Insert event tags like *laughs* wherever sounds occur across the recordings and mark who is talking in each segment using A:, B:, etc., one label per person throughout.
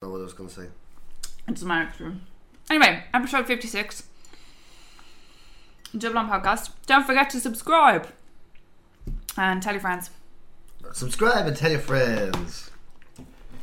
A: know what I was going to say.
B: It doesn't matter. True. Anyway, episode 56. Dublin Podcast. Don't forget to subscribe. And tell your friends.
A: Subscribe and tell your friends.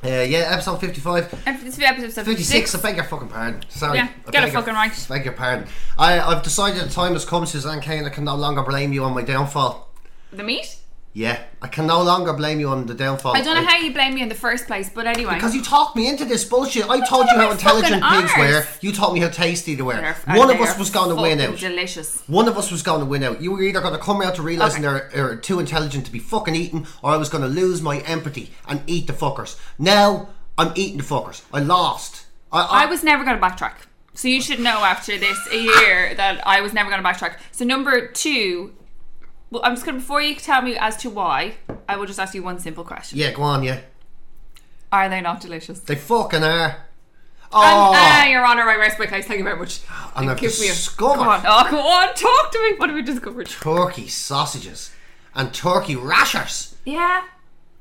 A: Uh, yeah, episode 55.
B: Ep- This will be
A: 56,
B: episode 56.
A: I beg your fucking pardon. Sorry.
B: Yeah,
A: I
B: get it
A: beg your-
B: fucking right.
A: Beg your pardon. I, I've decided the time has come, Suzanne Kane. I can no longer blame you on my downfall.
B: The meat?
A: Yeah, I can no longer blame you on the downfall.
B: I don't know how you blame me in the first place, but anyway.
A: Because you talked me into this bullshit. I told you
B: they're
A: how intelligent
B: fucking
A: pigs were.
B: ours.
A: You told me how tasty they were.
B: They're-
A: One of
B: they're
A: us was going to win
B: fucking
A: out.
B: Delicious.
A: One of us was going to win out. You were either going to come out to realizing they're, they're too intelligent to be fucking eaten, or I was going to lose my empathy and eat the fuckers. Now I'm eating the fuckers. I lost. I, I,
B: I was never going to backtrack. So you should know after this year that I was never going to backtrack. So number two, well, I'm just going to, before you tell me as to why, I will just ask you one simple question.
A: Yeah, go on. Yeah,
B: Are they not delicious?
A: they fucking are.
B: Um,
A: Oh,
B: ah, Your Honor, I rest my case. Thank you very much.
A: and I've
B: Give me a-
A: discovered
B: Come on. Oh, come on. Talk to me. What have we discovered?
A: turkey sausages and turkey rashers.
B: Yeah.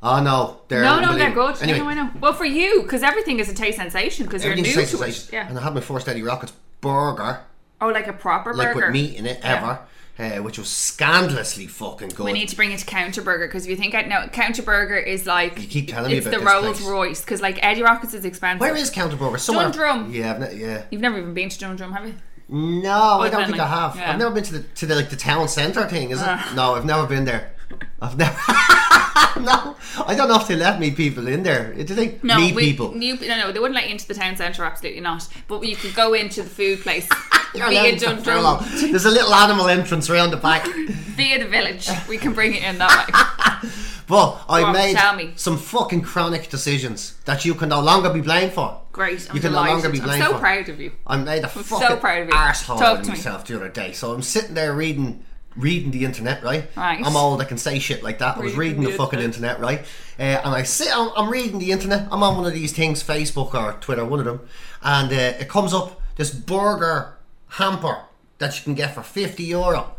A: Oh no, they're
B: No, no, they're
A: unbelievable.
B: good.
A: Anyway,
B: No, no, I know. Well, for you, because everything is a taste sensation, because you're new
A: everything's
B: to
A: tastes
B: it.
A: nice. And I
B: Yeah.
A: had my first Eddie Rockets burger,
B: Oh, like a proper
A: like
B: burger.
A: with meat in it, ever, uh, which was scandalously fucking good.
B: We need to bring it to Counter Burger because if you think I know, Counter Burger is like
A: You keep telling me
B: it's
A: about
B: the
A: this
B: Rolls
A: place.
B: Royce because like Eddie Rockets is expensive.
A: Where is Counter Burger? Somewhere.
B: Dundrum.
A: Yeah, I've ne- yeah.
B: You've never even been to Dundrum, have you?
A: No, I
B: I've
A: don't
B: been,
A: think I
B: like-
A: have.
B: yeah. Ah.
A: I've never been to the to the like the town centre thing, is it? no, I've never been there. I've never. *laughs* no, I don't know if they let me people in there. Do they think
B: No,
A: me
B: we,
A: people?
B: New, no, no, they wouldn't let you into the town centre. Absolutely not. But you could go into the food place
A: *laughs* You're
B: via
A: allowed to follow. *laughs*
B: Dundrum,
A: There's a little animal entrance around the
B: *laughs*
A: back.
B: via the village. We can bring it in that way.
A: But I
B: on,
A: made
B: tell me.
A: some fucking chronic decisions that you can no longer be blamed for.
B: *laughs* Great. I'm
A: you can no
B: delighted.
A: longer be blamed
B: I'm so
A: for.
B: proud of you.
A: I made a
B: so
A: fucking
B: proud of you.
A: arsehole
B: Talk
A: of
B: to me.
A: myself the other day. So I'm sitting there reading reading the internet, right?
B: Right.
A: I'm old, I can say shit like that. I was
B: Reading
A: reading the,
B: the
A: fucking internet, right? Uh, and I sit, I'm, I'm reading the internet. I'm on one of these things, Facebook or Twitter, one of them. And uh, it comes up this burger hamper that you can get for 50 euro.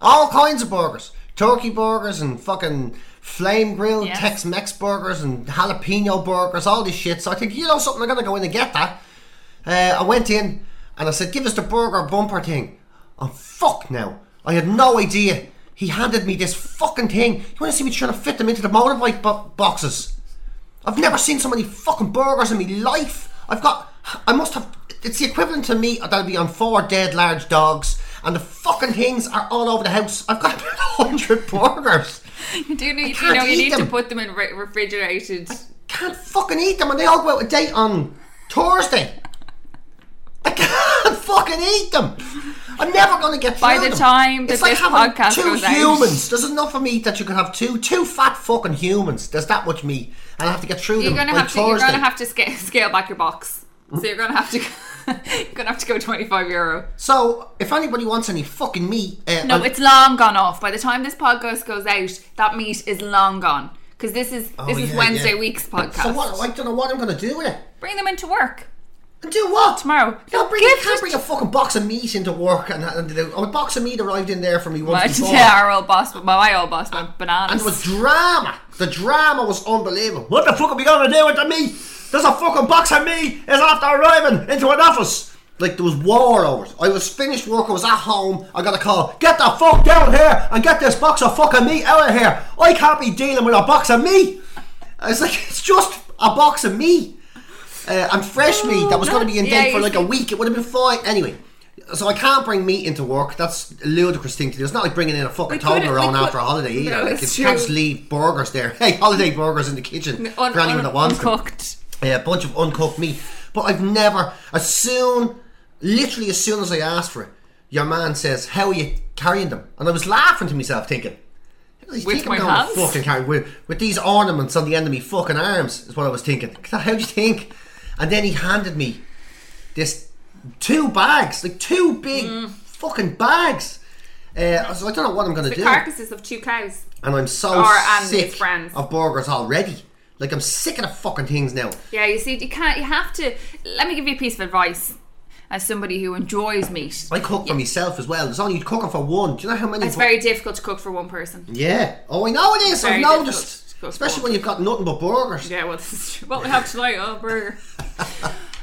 A: All kinds of burgers. Turkey burgers and fucking flame grilled
B: Yes.
A: Tex Mex burgers and jalapeno burgers, all this shit. So I think, you know something, I'm going to go in and get that. Uh, I went in and I said, "Give us the burger bumper thing." I'm fucked now. I had no idea. He handed me this fucking thing. You want to see me trying to fit them into the motorbike bo- boxes? I've never seen so many fucking burgers in my life. I've got. I must have. It's the equivalent to me that'll be on four dead large dogs, and the fucking things are all over the house. I've got *laughs* about hundred burgers.
B: You *laughs* do need, you
A: can't
B: know, you
A: eat
B: need to
A: them.
B: put them in re- refrigerated.
A: can't fucking eat them, and they all go out a date on Thursday. I can't *laughs* fucking eat them. I'm never going to get
B: By
A: through
B: the
A: them.
B: time that
A: it's like
B: this
A: having
B: podcast
A: two
B: goes out.
A: humans. There's enough of me that you can have two two fat fucking humans. There's that much meat, and I have to get through
B: You're
A: them
B: gonna
A: by
B: have to.
A: Thursday.
B: You're gonna have to scale, scale back your box. So you're gonna have to. you're gonna have to go *laughs* 25 euro.
A: so if anybody wants any fucking meat, uh,
B: No,
A: I'm-
B: it's long gone off. By the time this podcast goes out, that meat is long gone. Because this is
A: Oh,
B: this is
A: yeah,
B: Wednesday
A: yeah.
B: week's podcast.
A: So what? I don't know what I'm going to do with it.
B: Bring them into work.
A: And do what
B: Tomorrow.
A: Don't bring,
B: Give
A: can't
B: it-
A: bring a fucking box of meat into work, and, and the, oh, a box of meat arrived in there for me once
B: My,
A: before.
B: yeah, *laughs* our old boss, well, my old boss, went bananas.
A: And it was drama. The drama was unbelievable. What the fuck are we gonna do with the meat? There's a fucking box of meat is after arriving into an office. Like there was war over it. I was finished work, I was at home, I got a call. Get the fuck down here and get this box of fucking meat out of here. I can't be dealing with a box of meat. I was like, *laughs* it's just a box of meat. Uh, and fresh meat that was going to be in
B: Oh, Yeah,
A: date for
B: you
A: like a week. It would have been fine. Anyway, so I can't bring meat into work. That's a ludicrous thing to do. It's not like bringing in a fucking
B: couldn't-
A: toddler on
B: we could-
A: after a holiday either.
B: No,
A: like,
B: it's
A: you can't
B: true.
A: just leave burgers there. *laughs* Hey, holiday burgers in the kitchen
B: Un-
A: for anyone
B: un-
A: that wants them.
B: uncooked.
A: Yeah, a bunch of uncooked meat. But I've never, as soon, literally as soon as I asked for it, your man says, "How are you carrying them?" And I was laughing to myself, thinking, "How do you
B: With
A: think I'm
B: my
A: going to
B: hands?"
A: Fucking carry with, with these ornaments on the end of me fucking arms is what I was thinking. *laughs* How do you think? And then he handed me this two bags, like two big
B: Mm.
A: fucking bags. Uh, I was like, I don't know what I'm going to
B: The
A: do.
B: carcasses of two cows.
A: and I'm so
B: Or and
A: sick
B: his friends.
A: of burgers already. Like, I'm sick of the fucking things now.
B: Yeah, you see, you can't. You have to. Let me give you a piece of advice, as somebody who enjoys meat.
A: I cook for myself as well. There's only cooking for one. Do you know how many?
B: It's
A: bu-
B: very difficult to cook for one person.
A: yeah. Oh, I know it is. I've
B: very
A: noticed.
B: difficult to cook
A: Especially
B: for.
A: when you've got nothing but burgers.
B: Yeah, well, *laughs* this is true. What we have tonight, oh, burger. *laughs*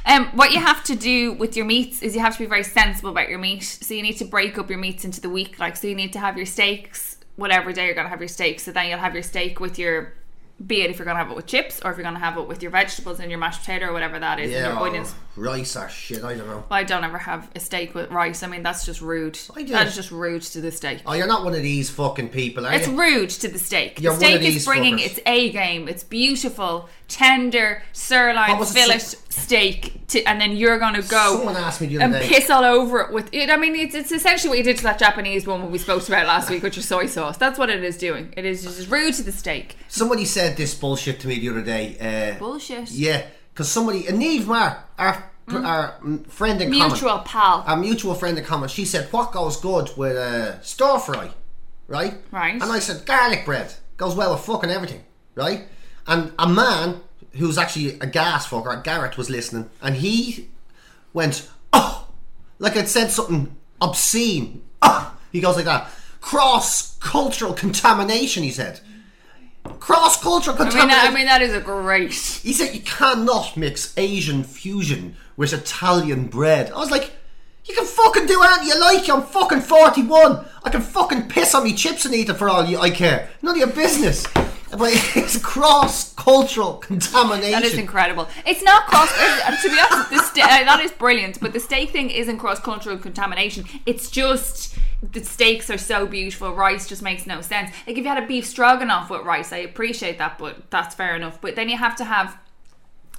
B: um, what you have to do with your meats is you have to be very sensible about your meat. So you need to break up your meats into the week. Like, so you need to have your steaks whatever day you're gonna have your steak. So then you'll have your steak with your, be it if you're gonna have it with chips or if you're gonna have it with your vegetables and your mashed potato or whatever that is and
A: Yeah.
B: your onions.
A: or rice or shit. I don't know.
B: Well, I don't ever have a steak with rice. I mean, that's just rude.
A: I do.
B: That is just rude to the steak.
A: Oh, you're not one of these fucking people, are
B: It's
A: you?
B: rude to the steak.
A: You're
B: the
A: one
B: steak
A: of
B: is
A: these
B: bringing
A: fuckers.
B: its A game. It's beautiful, tender sirloin
A: What was it,
B: fillet
A: so-
B: steak, to, and then you're going to
A: Someone
B: go
A: asked me the other
B: and
A: day.
B: piss all over it with it. I mean, it's, it's essentially what you did to that Japanese woman we spoke about last week, which is soy sauce. That's what it is doing. It is just rude to the steak.
A: Somebody said this bullshit to me the other day. Uh,
B: Bullshit. Hmm?
A: yeah, because somebody, and Neve Mar, our, our mm, friend in common,
B: Mutual pal.
A: our mutual friend in common, she said, "What goes good with uh, stir fry, right?"
B: Right.
A: And I said, "Garlic bread goes well with fucking everything, right?" And a man who's actually a gas fucker, Garrett, was listening, and he went, "Oh," like I'd said something obscene. Oh! He goes like that. Cross cultural contamination, he said. Cross cultural
B: I mean,
A: contamination.
B: that, I mean, that is a great.
A: He said you cannot mix Asian fusion with Italian bread. I was like, you can fucking do anything you like. I'm fucking 41. I can fucking piss on me chips and eat it for all you, I care. None of your business. But *laughs* it's cross cultural contamination.
B: That is incredible. It's not cross. uh, to be honest, the sta- uh, that is brilliant. But the steak thing isn't cross-cultural contamination. It's just the steaks are so beautiful. Rice just makes no sense. Like if you had a beef stroganoff with rice, I appreciate that, but that's fair enough. But then you have to have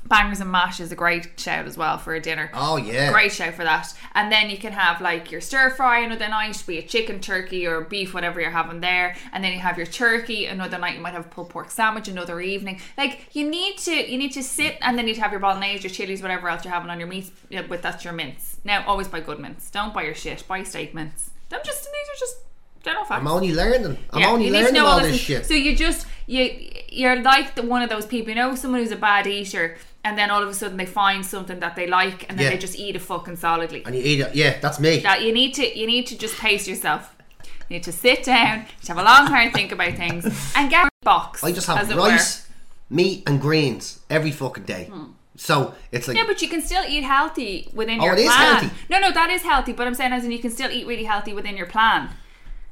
B: bangers and mash is a great shout as well for a dinner.
A: Oh, yeah.
B: Great shout for that. And then you can have like your stir fry another night, be it chicken, turkey, or beef, whatever you're having there. And then you have your turkey another night. You might have a pulled pork sandwich another evening. Like you need to you need to sit and then you'd have your bolognese, your chilies, whatever else you're having on your meats. yeah, But that's your mince. Now always buy good mince. Don't buy your shit. Buy steak mince. Don't just these are just general facts.
A: I'm only learning. I'm
B: Yeah,
A: only
B: you need to
A: learning
B: know
A: all
B: this
A: this
B: thing.
A: shit.
B: So you just you you're like the, one of those people, you know, someone who's a bad eater, and then all of a sudden they find something that they like, and then
A: Yeah.
B: they just eat it fucking solidly.
A: and you eat it. Yeah, that's me.
B: That you need to you need to just pace yourself. You need to sit down, you need to have a long hard think about things, and get a box.
A: I just
B: as
A: have
B: it
A: rice, meat, and greens every fucking day. So it's like
B: Were. Hmm. Yeah, but you can still eat healthy within
A: Oh,
B: your
A: it is
B: plan.
A: healthy.
B: No, no, that is healthy. But I'm saying, as in, you can still eat really healthy within your plan.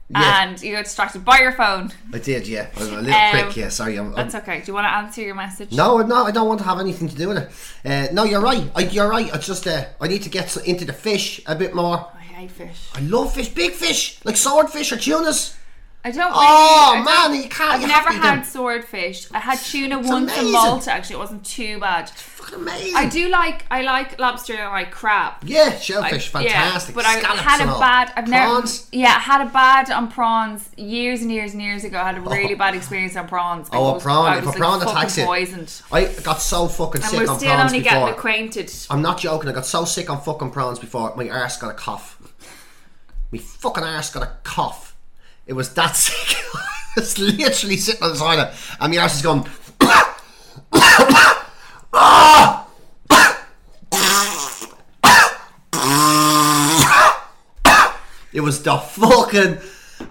A: Yeah.
B: And you got distracted by your phone.
A: I did. Yeah, I was a little
B: Um,
A: quick. Yeah, sorry. I'm, I'm,
B: That's okay. Do you want to answer your message?
A: No, no, I don't want to have anything to do with it. Uh, no, you're right. I, you're right. It's just uh, I need to get s- into the fish a bit more.
B: I hate fish.
A: I love fish, big fish, like swordfish or tunas.
B: I don't.
A: Oh
B: really- I
A: man,
B: don't-
A: you can't.
B: I've
A: you
B: never
A: have to eat them.
B: had swordfish. I had tuna once in
A: amazing.
B: Malta. Actually, it wasn't too bad.
A: Fucking amazing.
B: I do like. I like lobster and I like crab.
A: Yeah, shellfish,
B: I-
A: fantastic.
B: Yeah, but I
A: Scallops
B: had
A: and
B: a
A: all.
B: bad. I've
A: prawns.
B: never. Yeah, I had a bad on prawns years and years and years ago. I had a really bad experience on prawns. Like,
A: Oh,
B: I
A: a
B: was-
A: prawn!
B: I
A: If a
B: was, like,
A: prawn
B: fucking
A: attacks you,
B: poisoned.
A: I got so fucking
B: And
A: sick
B: we're
A: on
B: still
A: prawns
B: only
A: before.
B: getting acquainted.
A: I'm not joking. I got so sick on fucking prawns before my arse got a cough. My fucking arse got a cough. It was that *laughs* sick. I was literally sitting on the toilet, and my arse is going. *coughs* it was the fucking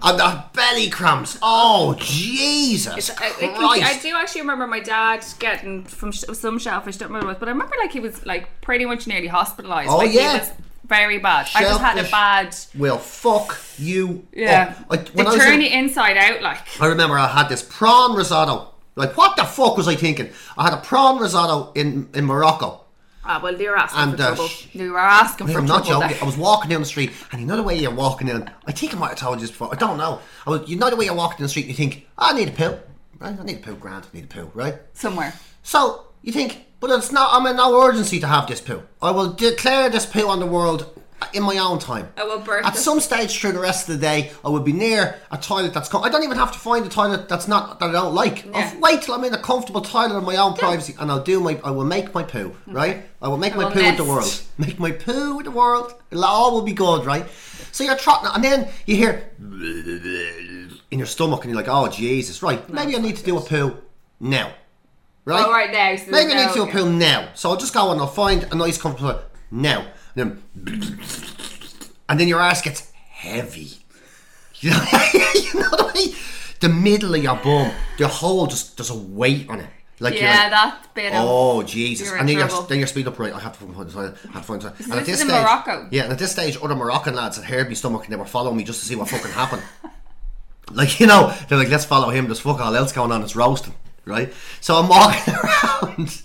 A: and the belly cramps. Oh Jesus
B: I, I think-
A: Christ!
B: I do actually remember my dad getting from sh- some shellfish. Don't remember what, but I remember like he was like pretty much nearly hospitalised.
A: Oh,
B: like, he
A: yeah.
B: was very bad. I just had a
A: Shellfish.
B: bad.
A: will fuck you
B: Yeah,
A: up. I, when I
B: they
A: was
B: turn
A: in-
B: you inside out like.
A: I remember I had this prawn risotto. Like, what the fuck was I thinking? I had a prawn risotto in, in Morocco.
B: Ah, well, they were asking
A: And,
B: for
A: uh,
B: trouble.
A: sh-
B: They were asking for
A: I'm not
B: trouble.
A: joking.
B: there.
A: I was walking down the street, and you know the way you're walking in. I think I might have told you this before. I don't know. I was, you know the way you're walking down the street, and you think, I need a pill. Right? I need a pill, grand. I need a pill, right?
B: Somewhere.
A: So you think, but it's not. I'm in no urgency to have this poo. I will declare this poo on the world in my own time.
B: Oh, well, Bertha.
A: At some stage through the rest of the day, I would be near a toilet that's. Com- I don't even have to find a toilet that's not that I don't like.
B: Yeah.
A: I'll wait till I'm in a comfortable toilet in my own privacy, and I'll do my. I will make my poo. Right. I will make
B: I
A: my
B: will
A: poo with the
B: nest.
A: world. Make my poo with the world. It'll all will be good. Right. So you're trotting, and then you hear in your stomach, and you're like, "Oh Jesus!" Right. Maybe I need to do a poo now. Right.
B: Oh, right now. So there's
A: Maybe I need
B: no-
A: to
B: yeah.
A: appeal now. So I'll just go and I'll find a nice comfortable now. And then, and then your ass gets heavy. You know, you know what I mean? *laughs* The middle of your bum, the whole just there's a weight on it. Like you're
B: Yeah,
A: like,
B: that bit of.
A: Oh Jesus!
B: You're in
A: and then you're,
B: trouble.
A: then you're speed up right. I have to find the toilet. I have to find the toilet. And
B: this is in Morocco.
A: Yeah, and at this stage, other Moroccan lads had heard me stomach and they were following me just to see what fucking happened. *laughs* Like you know, they're like, let's follow him. There's fuck all else going on. It's roasting, right? So I'm walking *laughs* around.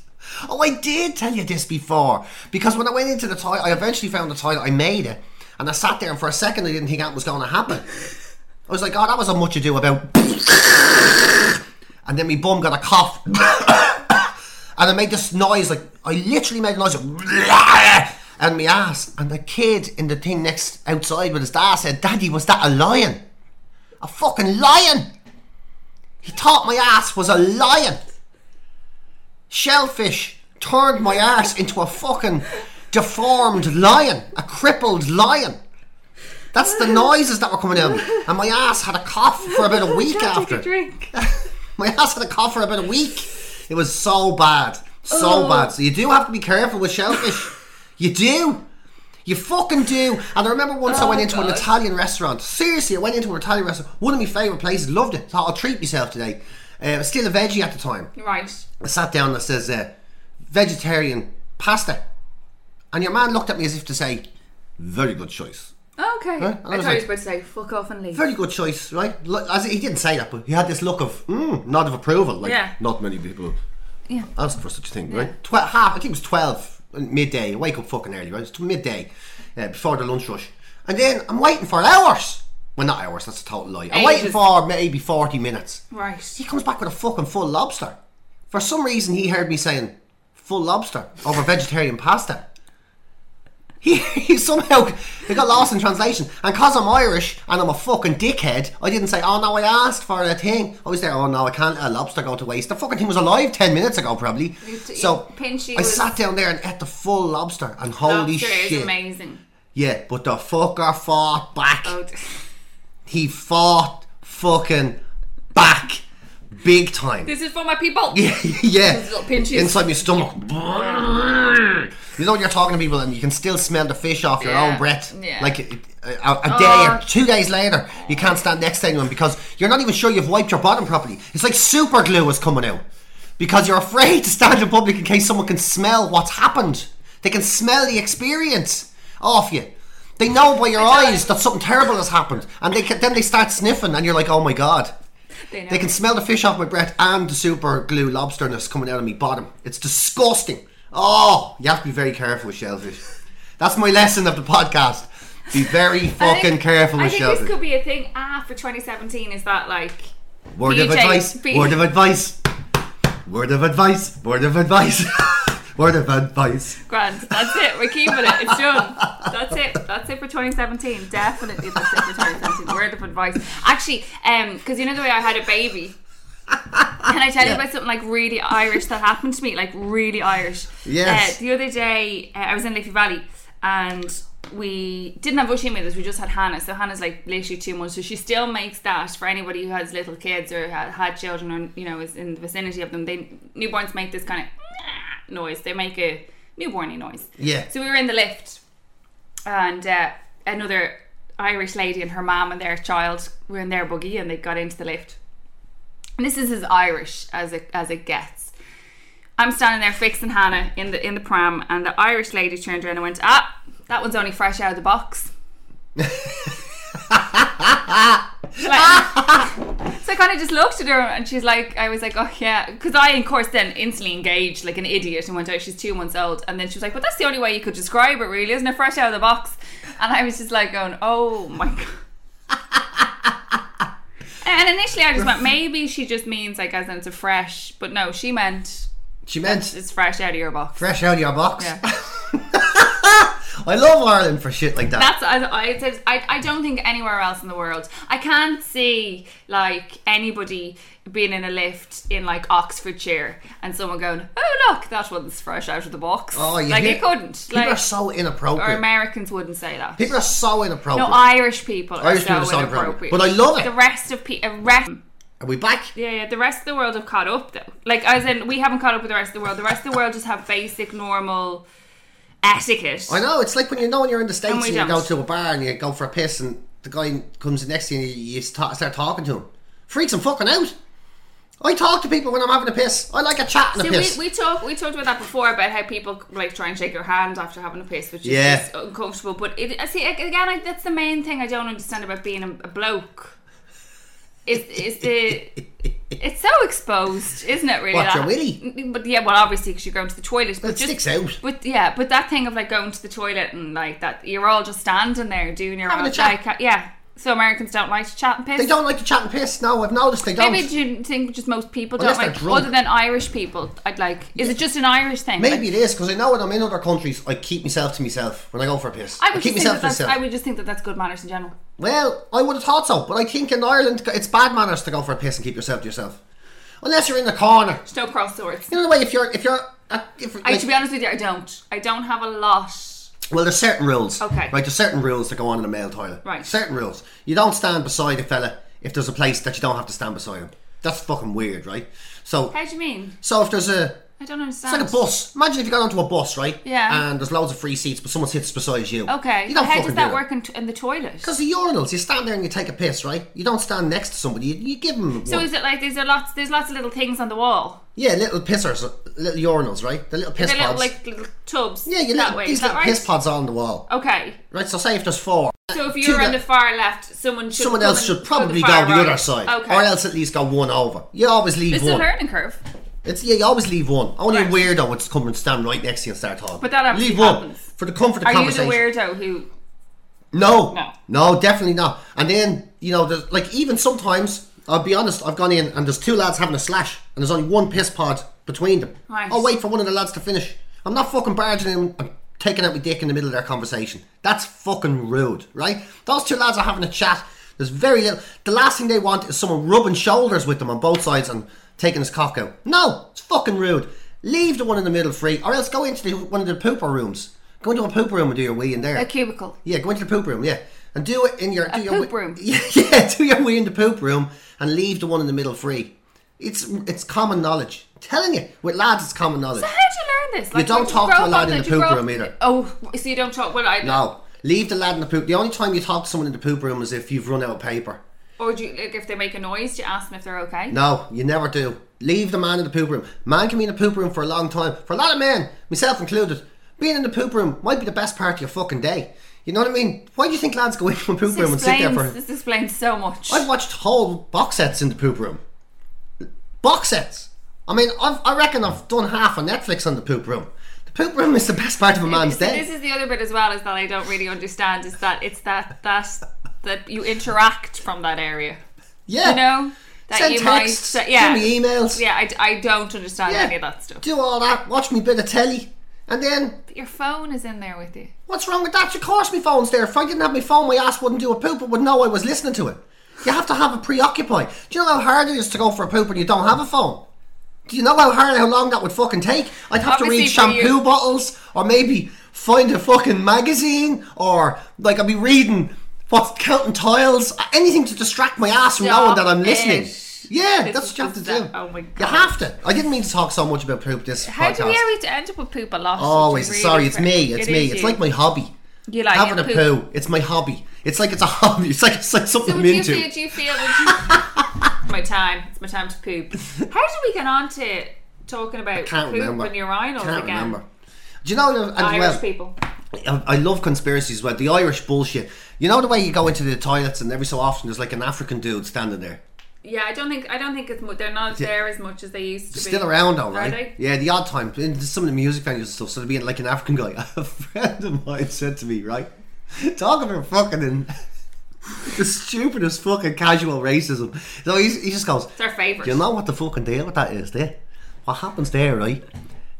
A: Oh, I did tell you this before because when I went into the toilet, I eventually found the toilet. I made it, and I sat there, and for a second, I didn't think that was going to happen. I was like, oh, that was a much ado about. *laughs* And then me bum got a cough. and I made this noise, like, I literally made a noise, like, and me ass. And the kid in the thing next outside with his dad said, Daddy, was that a lion? A fucking lion! He thought my ass was a lion. Shellfish turned my ass into a fucking deformed lion, a crippled lion. That's
B: *laughs*
A: the noises that were coming out. of me. And my ass had a cough for about a week
B: Can't
A: after.
B: Take
A: *laughs*
B: a drink.
A: My ass had a cough for about a week. It was so bad. So bad. So you do have to be careful with shellfish. you do. You fucking do. And I remember once I went into an Italian restaurant. Seriously, I went into an Italian restaurant. One of my favourite places. Loved it. Thought I'll treat myself today. Uh, I was still a veggie at the time.
B: Right.
A: I sat down and I says, uh, vegetarian pasta. And your man looked at me as if to say, very good choice.
B: Okay. I
A: I was
B: thought
A: like-
B: you was about to say, fuck off and leave.
A: Very good choice, right? Look, As he didn't say that, but he had this look of mm, nod of approval. Like
B: Yeah.
A: not many people
B: Yeah.
A: ask for such a thing, right? Twe- half, I think it was twelve in midday. I wake up fucking early, right? It's t- midday uh, before the lunch rush, and then I'm waiting for hours. Well, not hours. That's a total lie. I'm waiting
B: Ages.
A: for maybe forty minutes.
B: Right.
A: He comes back with a fucking full lobster. For some reason, he heard me saying full lobster over vegetarian pasta. He, *laughs* he somehow he got lost in translation. And because I'm Irish and I'm a fucking dickhead, I didn't say, oh no, I asked for a thing. I was there, oh no, I can't let a lobster go to waste. The fucking thing was alive 10 minutes ago, probably.
B: t-
A: So
B: Pinchy
A: I
B: was-
A: sat down there and ate the full lobster. And holy
B: Lobster
A: shit.
B: is amazing.
A: Yeah, but the fucker fought back
B: Oh, *laughs* d-
A: he fought fucking back big time.
B: this is for my people.
A: *laughs* yeah,
B: Those little pinches.
A: inside my stomach. You know when you're talking to people and you can still smell the fish off your
B: Yeah,
A: own breath.
B: yeah.
A: Like a, a, a day or two days later, you can't stand next to anyone because you're not even sure you've wiped your bottom properly. It's like super glue was coming out because you're afraid to stand in public in case someone can smell what's happened. They can smell the experience off you. They know by your eyes that something terrible has happened, and they can, then they start sniffing, and you're like, "Oh my god."
B: They know.
A: They can smell the fish off my breath and the super glue lobsterness coming out of my bottom. It's disgusting. Oh, you have to be very careful with shellfish. That's my lesson of the podcast. Be very
B: I
A: fucking
B: think-
A: careful with
B: I think this
A: shellfish.
B: could be a thing Ah, after 2017. Is that like
A: Word of
B: PJ
A: advice.
B: speak.
A: Word of advice. Word of advice. Word of advice. *laughs* Word of advice.
B: grand? That's it. We're keeping it. It's done. That's it. That's it for 2017. Definitely that's it for 2017. Word of advice. Actually, um, because you know the way I had a baby. Can I tell you about something like really Irish that happened to me? Like really Irish.
A: Yes.
B: Uh, the other day, uh, I was in Liffey Valley and we didn't have Usheen with us. We just had Hannah. So Hannah's like literally two months. So she still makes that for anybody who has little kids or ha- had children or, you know, is in the vicinity of them. They Newborns make this kind of noise. They make a newborny noise.
A: Yeah.
B: So we were in the lift and uh, another Irish lady and her mum and their child were in their buggy and they got into the lift. And this is as Irish as it as it gets. I'm standing there fixing Hannah in the in the pram, and the Irish lady turned around and went, "Ah, that one's only fresh out of the box." She's like- so I kind of just looked at her, and she's like, "I was like, oh yeah," because I, of course, then instantly engaged like an idiot and went, "Oh, she's two months old," and then she was like, "But that's the only way you could describe it, really, isn't it? Fresh out of the box." And I was just like going, "Oh my *laughs* god." And initially, I just went, maybe she just means like as in it's a fresh, but no, she meant
A: She meant
B: it's fresh out of your box.
A: fresh out of your box.
B: Yeah.
A: I love Ireland for shit like that.
B: That's I, I, said- I, I don't think anywhere else in the world I can't see like anybody being in a lift in like Oxfordshire and someone going, "Oh look, that one's fresh out of the box."
A: oh, you
B: like
A: hear-
B: you couldn't.
A: People are
B: Like
A: so
B: or
A: inappropriate.
B: Americans wouldn't say that.
A: people are so inappropriate.
B: no, Irish people are
A: Irish
B: so
A: people are so inappropriate.
B: inappropriate.
A: But I love it.
B: The rest of people, rest,
A: are we back?
B: yeah, yeah, the rest of the world have caught up though. Like as in, we haven't caught up with the rest of the world. The rest of the world just have basic normal etiquette.
A: I know. It's like when you know when you're in the states
B: And
A: and,
B: we
A: you go
B: don't.
A: to a bar and you go for a piss and the guy comes next to you and you, you sta- start talking to him. Freaks him fucking out. I talk to people when I'm having a piss. I like a chat and
B: See,
A: a piss.
B: we, we talked we talked about that before about how people like try and shake your hand after having a piss, which is
A: Yeah.
B: just uncomfortable. But it, I see ag- again, I, that's the main thing I don't understand about being a, a bloke. Is is
A: *laughs*
B: the it's so exposed, isn't it? Really,
A: What,
B: that?
A: your willy?
B: Mm, But yeah, well, obviously because you're going to the toilet, but
A: it
B: just.
A: sticks out.
B: But yeah, but that thing of like going to the toilet and like that, you're all just standing there doing your
A: Having
B: own
A: a chat.
B: like, uh, yeah. So Americans don't like to chat and piss.
A: They don't like to chat and piss. No, I've noticed they don't.
B: Maybe do you think just most people
A: Unless
B: don't
A: they're
B: like
A: drunk.
B: other than Irish people? I'd like. Is it just an Irish thing? Like,
A: Maybe it is because I know when I'm in other countries, I keep myself to myself when I go for a piss.
B: I would
A: keep
B: just
A: myself
B: think that
A: to
B: that's,
A: myself.
B: I would just think that that's good manners in general.
A: Well, I would have thought so, but I think in Ireland it's bad manners to go for a piss and keep yourself to yourself, unless you're in the corner.
B: Just don't cross swords.
A: You know the way if you're if you're at, if,
B: I,
A: like-
B: to be honest with you, I don't. I don't have a lot.
A: well, there's certain rules.
B: Okay.
A: Right, there's certain rules that go on in a male toilet.
B: Right.
A: Certain rules. You don't stand beside a fella if there's a place that you don't have to stand beside him. That's fucking weird, right? So
B: How do you mean?
A: so if there's a
B: I don't
A: it's
B: understand.
A: like a bus. Imagine if you got onto a bus, right?
B: Yeah.
A: And there's loads of free seats, but someone sits beside you.
B: Okay.
A: You don't
B: How
A: fucking
B: does
A: do
B: that work in, t- in the toilet?
A: Because the urinals, you stand there and you take a piss, right? You don't stand next to somebody. You, you give them.
B: So is it like there's a lots there's lots of little things on the wall?
A: Yeah, little pissers, little urinals, right? The little piss
B: They're little
A: pods.
B: like little tubs.
A: yeah, you
B: that
A: little,
B: way.
A: these
B: Is that
A: little
B: right? Oh.
A: piss pods are on the wall,
B: Okay.
A: right? So say if there's four,
B: So if
A: Two
B: you're
A: that-
B: on the far left, someone should
A: someone
B: come
A: else
B: and
A: should probably
B: the
A: go
B: far
A: the
B: right.
A: other side,
B: Okay.
A: or else at least go one over. You always leave
B: it's a
A: one.
B: learning curve.
A: It's yeah, you always leave one. Only
B: Right.
A: a weirdo would come and stand right next to you and start talking.
B: But that actually
A: leave one
B: happens.
A: for the comfort of
B: Are you the
A: conversation.
B: weirdo who?
A: No.
B: No.
A: No, definitely not. And then, you know, there's, like even sometimes, I'll be honest, I've gone in and there's two lads having a slash and there's only one piss pod between them.
B: Right.
A: I'll wait for one of the lads to finish. I'm not fucking barging in and taking out my dick in the middle of their conversation. That's fucking rude, right? Those two lads are having a chat. There's very little. The last thing they want is someone rubbing shoulders with them on both sides and taking his cock out. No, it's fucking rude. Leave the one in the middle free, or else go into the, one of the pooper rooms. Go into a pooper room and do your wee in there.
B: A cubicle.
A: Yeah, go into the poop room. Yeah, and do it in your do your
B: poop
A: wi-
B: room.
A: *laughs* Yeah, yeah, do your way in the poop room and leave the one in the middle free. It's it's common knowledge. telling you, with lads, it's common knowledge.
B: How would you learn this? Like,
A: don't
B: when you
A: talk to
B: grow
A: a
B: up
A: lad
B: on
A: in
B: it,
A: the
B: you
A: poop
B: grow up-
A: room either.
B: Oh, so you don't talk. Well, I
A: No, leave the lad in the poop. The only time you talk to someone in the poop room is if you've run out of paper.
B: Or do you, like, if they make a noise, do you ask them if they're okay?
A: No, you never do. Leave the man in the poop room. Man can be in the poop room for a long time. For a lot of men, myself included, being in the poop room might be the best part of your fucking day. You know what I mean? Why do you think lads go in the poop
B: This
A: room and sit there
B: explains,
A: for
B: this explains so much.
A: I've watched whole box sets in the poop room. Box sets. I mean, I've, I reckon I've done half on Netflix on the poop room. The poop room is the best part of a man's
B: So this
A: day.
B: is the other bit as well is that I don't really understand is that it's that that that you interact from that area.
A: Yeah.
B: You know that
A: Send
B: you
A: texts.
B: might. Yeah.
A: Send me emails.
B: Yeah, I, I don't understand
A: Yeah.
B: any of that stuff.
A: Do all that. Watch me bit of telly. And then,
B: But your phone is in there with you.
A: what's wrong with that? Of course, my phone's there. If I didn't have my phone, my ass wouldn't do a poop. It would know I was listening to it. You have to have it preoccupied. Do you know how hard it is to go for a poop when you don't have a phone? Do you know how hard, how long that would fucking take? I'd have to read
B: Obviously for you-
A: shampoo bottles, or maybe find a fucking magazine, or like I'd be reading what's counting tiles, anything to distract my ass from knowing
B: Stop
A: that I'm listening.
B: it.
A: Yeah,
B: This
A: that's
B: is
A: what you have to
B: just
A: do.
B: that- oh my
A: You
B: God.
A: have to. I didn't mean to talk so much about poop this
B: How
A: podcast.
B: do we always end up with poop a lot? which is
A: Always.
B: really
A: Sorry, it's
B: cra-
A: me. It's
B: It
A: me.
B: is
A: It's
B: you.
A: like my hobby.
B: You like
A: Having a
B: it,
A: poo. It's my hobby. It's like it's a *laughs* hobby. It's like it's like something
B: So
A: I'm
B: would you
A: into.
B: feel? Do you feel? Would you, *laughs* It's my time. It's my time to poop.
A: *laughs*
B: How did we get on to talking about
A: Can't
B: poop
A: remember.
B: and urinals
A: Can't
B: again?
A: remember. Do you know as
B: Irish
A: well?
B: people.
A: I I love conspiracies where the Irish bullshit. You know the way you go into the toilets and every so often there's like an African dude standing there.
B: Yeah, I don't think I don't think it's mu- they're not there as much as they used to be.
A: Still around though,
B: Are
A: right?
B: they?
A: Yeah, the odd time. In some of the music venues and stuff, so there'd be like an African guy. *laughs* A friend of mine said to me, right? Talk about fucking *laughs* in the stupidest fucking casual racism. So he's, he just goes,
B: It's our favourite.
A: Do you know what the fucking deal with that is there? What happens there, right?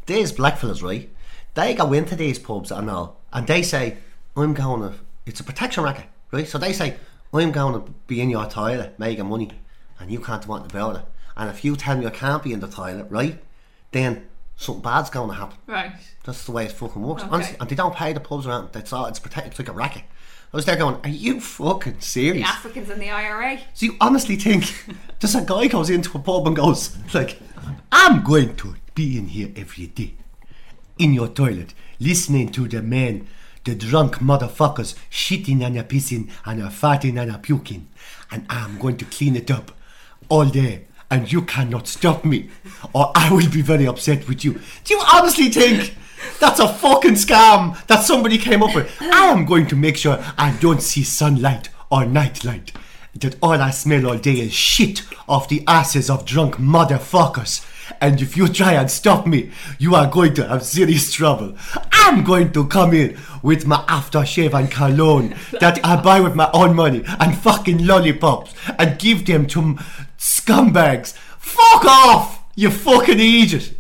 A: These blackfellas, right? They go into these pubs and all, and they say, I'm going to, it's a protection racket, right? So they say, I'm going to be in your toilet making money and you can't do anything about it. And if you tell me I can't be in the toilet, right, then something bad's going to happen.
B: Right.
A: That's the way it fucking works.
B: Okay.
A: Honestly, and they don't pay the pubs around. That's all. It's protect. It's like a racket. I was there going, "Are you fucking serious?"
B: Africans in the IRA.
A: So you honestly think *laughs* just a guy goes into a pub and goes like, "I'm going to be in here every day, in your toilet, listening to the men, the drunk motherfuckers shitting and a pissing and a farting and a puking, and I'm going to clean it up all day." And you cannot stop me, or I will be very upset with you. Do you honestly think that's a fucking scam that somebody came up with. I am going to make sure I don't see sunlight or nightlight. That all I smell all day is shit off the asses of drunk motherfuckers. And if you try and stop me, you are going to have serious trouble. I'm going to come in with my aftershave and cologne that I buy with my own money and fucking lollipops and give them to m- scumbags. Fuck off, you fucking idiot.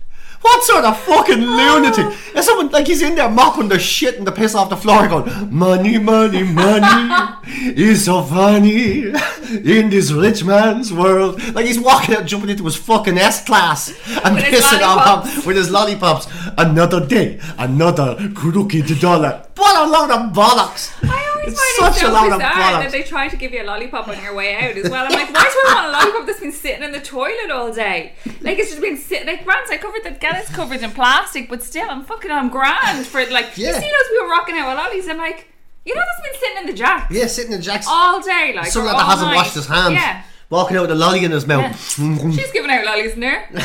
A: What sort of fucking
B: Ah.
A: lunatic? And someone like he's in there mopping the shit and the piss off the floor, going, "Money, money, money is so funny in this rich man's world." Like he's walking out, jumping into his fucking S class and
B: his
A: pissing off
B: lollipops.
A: him with his lollipops. Another day, another crooked dollar. What a load of bollocks!
B: I always
A: It's
B: find
A: such
B: it
A: a
B: so
A: load
B: bizarre
A: of
B: that
A: bollocks.
B: they try to give you a lollipop on your way out as well. I'm like, why do I want a lollipop that's been sitting in the toilet all day? Like it's just been sitting. Like Grant's, I covered that Gannett's covered in plastic, but still, I'm fucking on grand for it. Like
A: Yeah.
B: you see those people rocking out with lollies. I'm like, you know, that's been sitting in the jack
A: yeah, sitting in Jack's.
B: all day. Like
A: Some
B: or
A: lad that
B: all
A: hasn't
B: night.
A: washed his hands. *laughs*
B: Oh Yeah,
A: Walking out with a lolly in his mouth.
B: she's giving out lollies in there.
A: *laughs*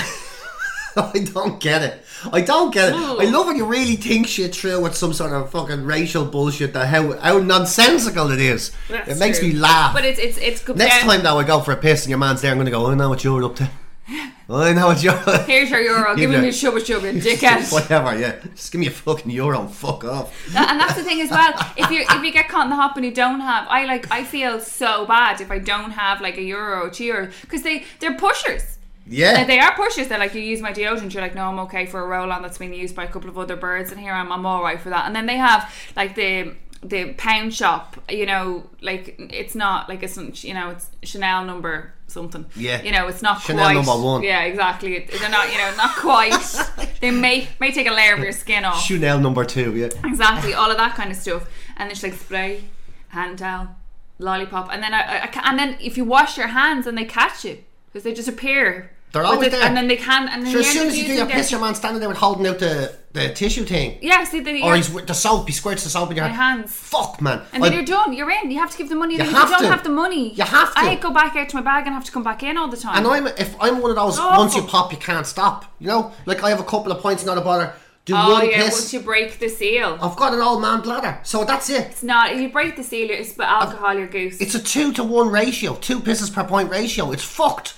A: I don't get it. I don't get it.
B: Ooh.
A: I love when you really think shit through with some sort of fucking racial bullshit. That how how nonsensical it is.
B: That's
A: it makes
B: true.
A: me laugh.
B: But it's it's it's good.
A: Next time though, I go for a piss and your man's there. I'm gonna go. "Oh, I know what you're up to.
B: *laughs*
A: I know what you're.
B: Here's your euro.
A: *laughs*
B: Give
A: Give
B: him
A: it.
B: your shove a shove, you dickhead.
A: Whatever. Yeah. Just give me a fucking euro. and Fuck off.
B: That- and that's the thing as well. If you if you get caught in the hop and you don't have, I like I feel so bad if I don't have like a euro or two euro because they they're pushers.
A: Yeah.
B: Like, they are pushers. They're like, you use my deodorant. You're like, no, I'm okay for a roll on that's been used by a couple of other birds, and here I'm, I'm all right for that. And then they have like the the pound shop. You know, like it's not like it's not- you know it's Chanel number something.
A: Yeah.
B: You know, it's not
A: Chanel
B: quite
A: number one.
B: Yeah, exactly. It- They're not you know not quite.
A: *laughs*
B: they may may take a layer of your skin off.
A: Chanel number two. Yeah.
B: Exactly, all of that kind of stuff. And it's like spray, hand towel, lollipop, and then I, I- I, ca- and then if you wash your hands and they catch you because they disappear.
A: They're always there.
B: And then they can. And then
A: So as
B: you're
A: soon as you do
B: using
A: your
B: their-
A: piss, your man's standing there with holding out the the tissue thing.
B: yeah, see, then
A: Or
B: you're,
A: he's with the soap. He squirts the soap in your
B: My
A: hand.
B: hands.
A: Fuck, man.
B: and then you're done. You're in. You have to give the money. You, you
A: have
B: don't
A: to.
B: have the money.
A: You have to.
B: I go back out to my bag and have to come back in all the time.
A: And I'm if I'm one of those
B: Oh.
A: once you pop you can't stop. You know, like I have a couple of points, not a bother. Do one
B: oh yeah,
A: piss. Oh.
B: once you break the seal,
A: I've got an old man bladder, so that's it.
B: it's not. If you break the seal, it's but alcohol or goose.
A: It's a two to one ratio, two pisses per point ratio. It's fucked.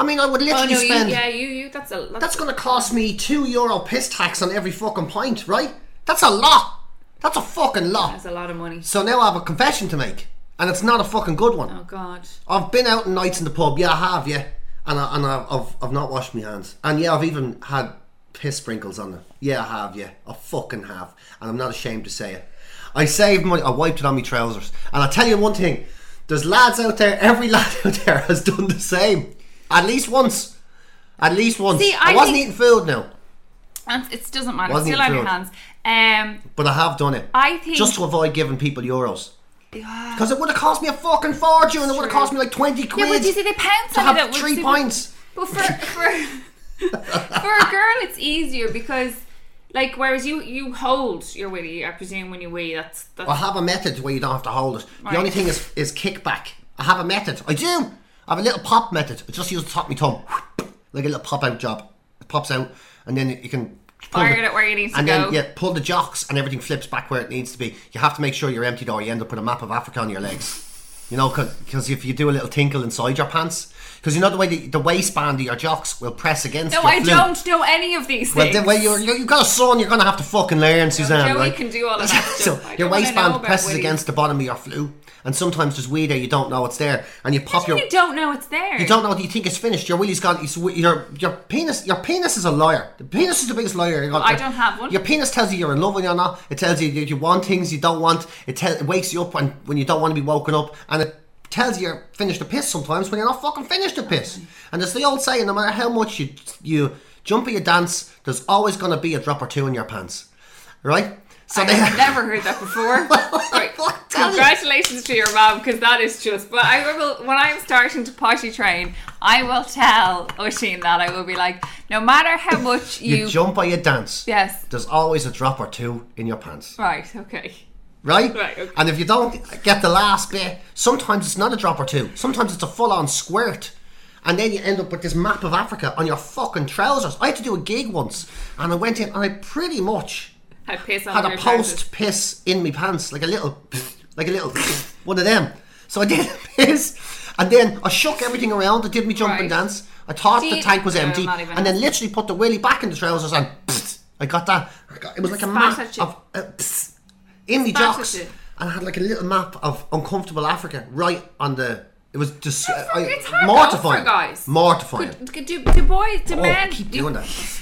A: I mean, I would
B: oh
A: literally
B: no, you,
A: spend.
B: yeah, you, you. That's a
A: That's going to cost me two euro piss tax on every fucking pint, right? That's a lot. That's a fucking lot.
B: that's a lot of money.
A: So now I have a confession to make, and it's not a fucking good one.
B: Oh god.
A: I've been out in nights in the pub. Yeah, I have. Yeah, and I, and I've, I've I've not washed my hands. And yeah, I've even had piss sprinkles on them. Yeah, I have. Yeah, I fucking have. And I'm not ashamed to say it. I saved my. I wiped it on my trousers. And I tell you one thing. There's lads out there. Every *laughs* lad out there has done the same. At least once. At least once.
B: See,
A: I,
B: I
A: wasn't
B: think-
A: eating food now,
B: And it doesn't matter.
A: Wasn't
B: still
A: it
B: on your
A: good?
B: hands. Um,
A: but I have done it.
B: I think-
A: just to avoid giving people euros.
B: Yeah.
A: Because it would have cost me a fucking fortune. It would have
B: true.
A: cost me like twenty
B: yeah,
A: quid
B: but you see, they pounce
A: to
B: on it.
A: have
B: was
A: three
B: super-
A: pints.
B: But for for *laughs* for a girl, it's easier because. Like whereas you you hold your willy, I presume when you wee, that's that's
A: I have a method where you don't have to hold it.
B: Right.
A: The only thing is is kickback. I have a method. I do. I have a little pop method. I just use the top of my thumb, like a little pop out job. It pops out, and then you can pull
B: Fire
A: the-
B: it at where you need to
A: and
B: go.
A: then yeah, pull the jocks, and everything flips back where it needs to be. You have to make sure you're emptied, or you end up with a map of Africa on your legs. You know, because if you do a little tinkle inside your pants, because you know the way the, the waistband of your jocks will press against.
B: No,
A: your
B: I
A: flute.
B: don't know any of these
A: Well,
B: things.
A: the way you're, you you've got a son, you're going to have to fucking learn, Suzanne.
B: Joey
A: right?
B: can do all of *laughs*
A: *laughs*
B: that
A: so
B: stuff. I
A: your
B: don't wanna know
A: waistband
B: about
A: presses
B: Willy.
A: against the bottom of your flute, and sometimes there's wee there you don't know it's there, and you pop your.
B: you don't know it's there.
A: You don't know. Do you think it's finished? Your willy's gone. It's, your your penis. Your penis is a liar. The penis is the biggest liar. You got
B: I
A: there.
B: don't have one.
A: Your penis tells you you're in love when you're not. It tells you that you want things you don't want. It, tell, it wakes you up when, when you don't want to be woken up, and it tells you you're finished to piss sometimes when you're not fucking finished to piss. And it's the old saying: no matter how much you you jump or you dance, there's always going to be a drop or two in your pants, right? So *laughs*
B: I have never heard that before. Right.
A: What?
B: Congratulations to your mom because that is just. But I will when I'm starting to potty train, I will tell Usheen that I will be like, no matter how
A: *laughs*
B: much
A: you,
B: you,
A: jump or you dance.
B: yes,
A: There's always a drop or two in your pants.
B: right, okay,
A: right?
B: Right, okay.
A: And if you don't get the last bit, sometimes it's not a drop or two. Sometimes it's a full-on squirt. And then you end up with this map of Africa on your fucking trousers. I had to do a gig once, and I went in and I pretty much
B: I piss on
A: had
B: your
A: a
B: trousers.
A: post piss in me pants, like a little, like a little one of them. So I did *laughs* piss, and then I shook everything around. I did me jump
B: Right.
A: and dance. I thought
B: Do
A: the
B: you-
A: tank was
B: No,
A: empty,
B: not even.
A: and then literally put the willy back in the trousers and. *laughs* I got that. I got, it was like a map
B: at you.
A: of uh, *laughs* in me
B: Spat at
A: jocks,
B: you.
A: and I had like a little map of uncomfortable Africa right on the. It was just uh, I-
B: it's hard
A: mortifying,
B: though for guys.
A: mortifying.
B: Could- could Do, do boys, do
A: oh,
B: men
A: keep
B: do-
A: doing
B: *laughs*
A: that.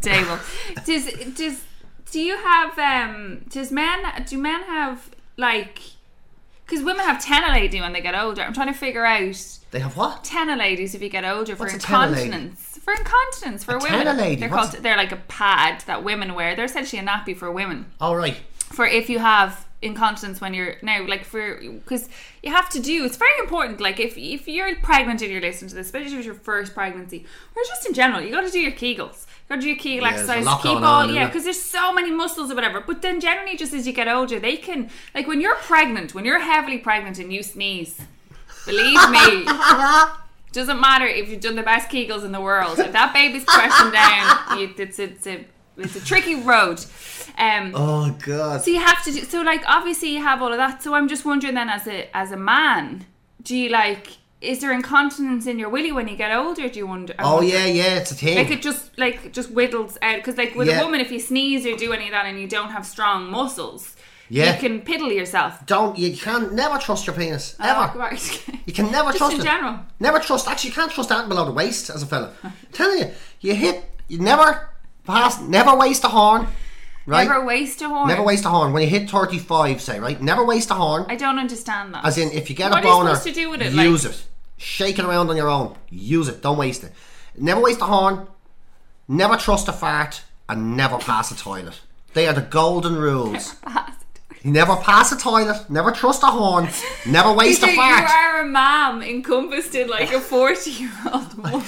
B: Table. does does do you have um? Does men do men have like? Because women have tenor lady when they get older. I'm trying to figure out.
A: They have what?
B: tenor ladies if you get older for
A: What's a tenor lady?
B: incontinence. For incontinence for women.
A: tenor lady,
B: They're
A: what's
B: called they're like a pad that women wear. They're essentially a nappy for women.
A: All right.
B: For if you have incontinence when you're now like for because you have to do it's very important like if if you're pregnant and you're listening to this especially if it's your first pregnancy or just in general you got to do your kegels you got to do your kegel
A: Yeah, there's a
B: exercise
A: lot
B: keep
A: going
B: all
A: on, isn't
B: yeah
A: it?
B: because there's so many muscles or whatever but then generally just as you get older they can like when you're pregnant when you're heavily pregnant and you sneeze believe
A: *laughs*
B: me doesn't matter if you've done the best Kegels in the world. If that baby's pressing down, you, it's, it's a it's a tricky road. Um,
A: Oh God.
B: So you have to do so. Like obviously you have all of that. So I'm just wondering then, as a as a man, do you like is there incontinence in your willy when you get older? Do you wonder? I
A: Oh
B: wonder.
A: yeah, yeah, it's a thing.
B: Like it just like just whittles out because like with
A: Yeah.
B: a woman, if you sneeze or do any of that and you don't have strong muscles,
A: Yeah.
B: you can piddle yourself.
A: Don't you can never trust your penis
B: Oh,
A: ever.
B: right.
A: You can never
B: *laughs* Just
A: trust
B: in
A: it.
B: general.
A: Never trust. Actually, you can't trust anything below the waist as a fella. *laughs* I'm telling you, you hit. You never pass. Never waste a horn. Right.
B: Never waste a horn.
A: Never waste a horn. When you hit 35, say, right? Never waste a horn.
B: I don't understand that.
A: As in, if you get
B: What
A: a
B: are you
A: boner,
B: supposed to do with it, like-
A: use it. Shake it around on your own. Use it. Don't waste it. Never waste a horn. Never trust a fart. And never pass a toilet. They are the golden rules. Never pass a toilet. Never trust a horn.
B: *laughs*
A: Never waste
B: you,
A: a fart.
B: you are a mom encompassed
A: *laughs*
B: in like a 40 year old woman.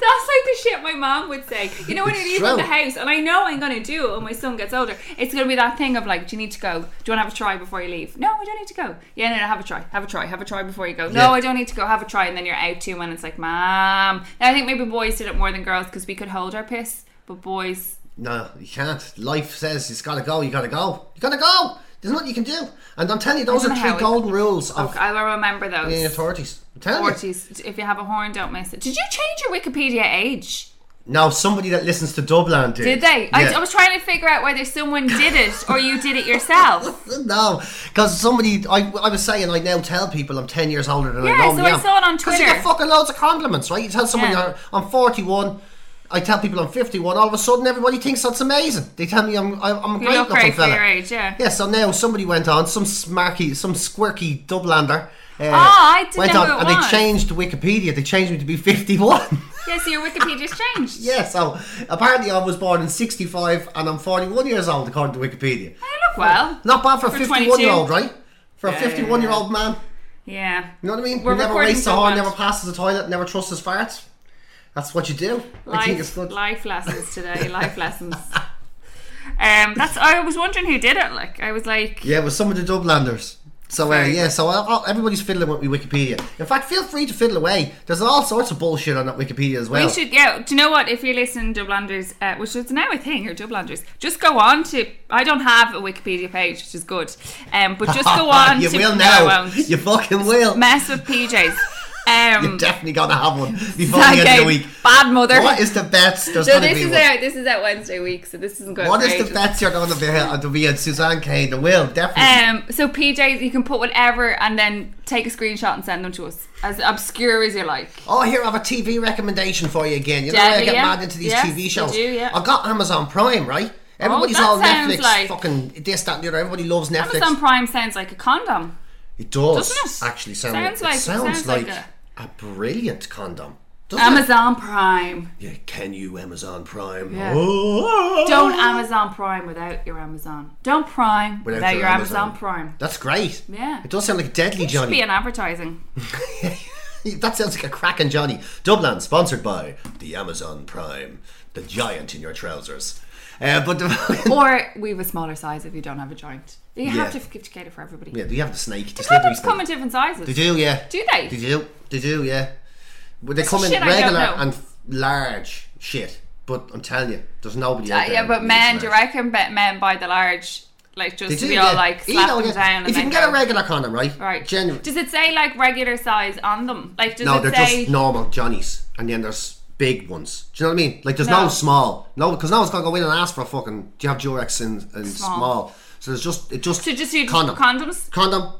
B: That's like the shit my mom would say. You know, when you're
A: It's
B: leaving the
A: true.
B: house, and I know I'm going to do it when my son gets older, it's going to be that thing of like, do you need to go? Do you want to have a try before you leave? No, I don't need to go. Yeah, no, no, have a try. Have a try. Have a try before you go. No,
A: Yeah.
B: I don't need to go. Have a try. And then you're out too, and it's like, mom. And I think maybe boys did it more than girls because we could hold our piss, but boys.
A: No, you can't. Life says it's gotta go, you gotta go. You gotta go! There's nothing you can do. And I'm telling you, those
B: don't
A: are
B: know
A: three
B: how it-
A: golden rules of
B: I will remember those.
A: being in your 30s. I'm telling you.
B: 40s. If you have a horn, don't miss it. Did you change your Wikipedia age?
A: Now, somebody that listens to Dublin did.
B: Did they? I,
A: Yeah.
B: I was trying to figure out whether someone did it or you did it yourself.
A: *laughs* No, because somebody, I, I was saying, I now tell people I'm 10 years older than
B: Yeah,
A: I normally
B: so I
A: am.
B: saw it
A: *laughs*
B: on
A: 'Cause you
B: Twitter.
A: get fucking loads of compliments, right? You tell someone
B: Yeah.
A: you're, I'm 41, I tell people I'm 51, all of a sudden everybody thinks that's amazing. They tell me I'm, I- I'm a
B: You
A: great
B: look
A: looking
B: great for
A: fella.
B: your age, yeah.
A: Yeah, so now somebody went on, some smarky, some squirky Dublander. Uh, oh,
B: Ah, I didn't
A: went
B: know
A: on
B: who it
A: and
B: was.
A: they changed Wikipedia. They changed me to be 51.
B: Yeah, so your Wikipedia's changed.
A: *laughs* yeah, so apparently I was born in 65 and I'm 41 years old according to Wikipedia.
B: I Oh, look well.
A: Not bad for a
B: For
A: 51 year
B: 22.
A: old, right? For a 51 year old man.
B: Yeah.
A: You know what I mean?
B: We're
A: Who never
B: recording
A: wastes
B: so
A: a horn,
B: much.
A: never passes a toilet, never trusts his farts. That's what you do. I think it's
B: Life,
A: good.
B: life
A: *laughs*
B: lessons today. Life lessons. Um, that's. I was wondering who did it. Like, I was like,
A: Yeah, with some of the Dublanders. So uh,
B: Very
A: yeah, so uh, oh, everybody's fiddling with me Wikipedia. In fact, feel free to fiddle away. There's all sorts of bullshit on that Wikipedia as well. *laughs*
B: We should, yeah. Do you know what? If you're listening, Dublanders, uh, which is now a thing, or Dublanders, just go on to. I don't have a Wikipedia page, which is good. Um, but
A: *laughs*
B: just go on.
A: you
B: to,
A: will
B: no,
A: now.
B: I won't.
A: You fucking will.
B: Mess with PJs.
A: *laughs*
B: Um,
A: You're definitely gonna have one before the end of
B: okay,
A: the week.
B: Bad mother.
A: What is the bets? There's
B: so
A: gonna
B: this
A: be
B: is
A: one.
B: out. This is out Wednesday week. So this isn't going.
A: What
B: for
A: is the
B: ages.
A: bets you're going to be on to be on Suzanne Kane? The will definitely.
B: Um, so PJs, you can put whatever and then take a screenshot and send them to us, as obscure as you like.
A: oh, here I have a TV recommendation for you again. You know
B: Deadly,
A: I get
B: yeah.
A: mad into these
B: Yes,
A: TV
B: you
A: shows.
B: do, yeah. Oh,
A: I got Amazon Prime, right? Everybody's
B: that
A: all
B: sounds
A: Netflix,
B: like-
A: fucking this, that, and the other. Everybody loves Netflix.
B: Amazon Prime sounds like a condom.
A: It does.
B: Doesn't it?
A: Actually, sound,
B: Sounds
A: it
B: like- it
A: sounds
B: sounds like
A: like a, brilliant condom. Doesn't It?
B: Amazon Prime.
A: Yeah, can you Amazon Prime?
B: Yeah.
A: Oh.
B: Don't Amazon Prime without your Amazon. Don't Prime without, your Amazon, Prime.
A: That's great.
B: Yeah.
A: It does sound like a deadly
B: Should be
A: Johnny.
B: an advertising.
A: *laughs* that sounds like a cracking Johnny. Dublin, sponsored by the Amazon Prime, the giant in your trousers. Uh, but the, *laughs*
B: or we have a smaller size if you don't have a joint. You have
A: Yeah.
B: to give to cater for everybody.
A: yeah, do you have the snake? The slippery
B: Condoms
A: snake.
B: come in different sizes.
A: They do, yeah.
B: Do they?
A: They do. They do, yeah. But they come
B: is
A: in
B: shit I don't
A: regular
B: know.
A: and f- large shit. But I'm telling you, there's nobody
B: Uh,
A: out there.
B: yeah, but
A: that
B: men,
A: needs
B: do you
A: large.
B: reckon bet men buy the large, like just
A: They
B: to
A: do,
B: be
A: yeah.
B: all like
A: You
B: slap
A: know,
B: them
A: yeah.
B: down?
A: If
B: and
A: you can
B: then
A: get
B: go.
A: a regular condom, right?
B: right?
A: Genuine.
B: Does it say like regular size on them? Like does
A: No,
B: it
A: they're
B: say?
A: just normal Johnnies, and then there's big ones. Do you know what I mean? Like there's no,
B: No.
A: small, no, because no one's gonna go in and ask for a fucking. Do you have Durex and, and small.
B: Small.
A: So there's just it just
B: So just you
A: condom,
B: condoms
A: condom,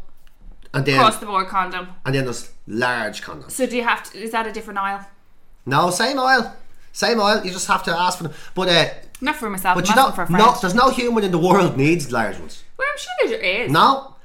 A: and then
B: across the board condom.
A: and then there's large condoms.
B: So do you have to? Is that a different aisle?
A: No, same oil, same oil. You just have to ask for them. But uh,
B: Not for myself.
A: but
B: But
A: you
B: I'm
A: don't.
B: not for a friend.
A: no, there's no human in the world needs large ones.
B: well, I'm sure there is.
A: No,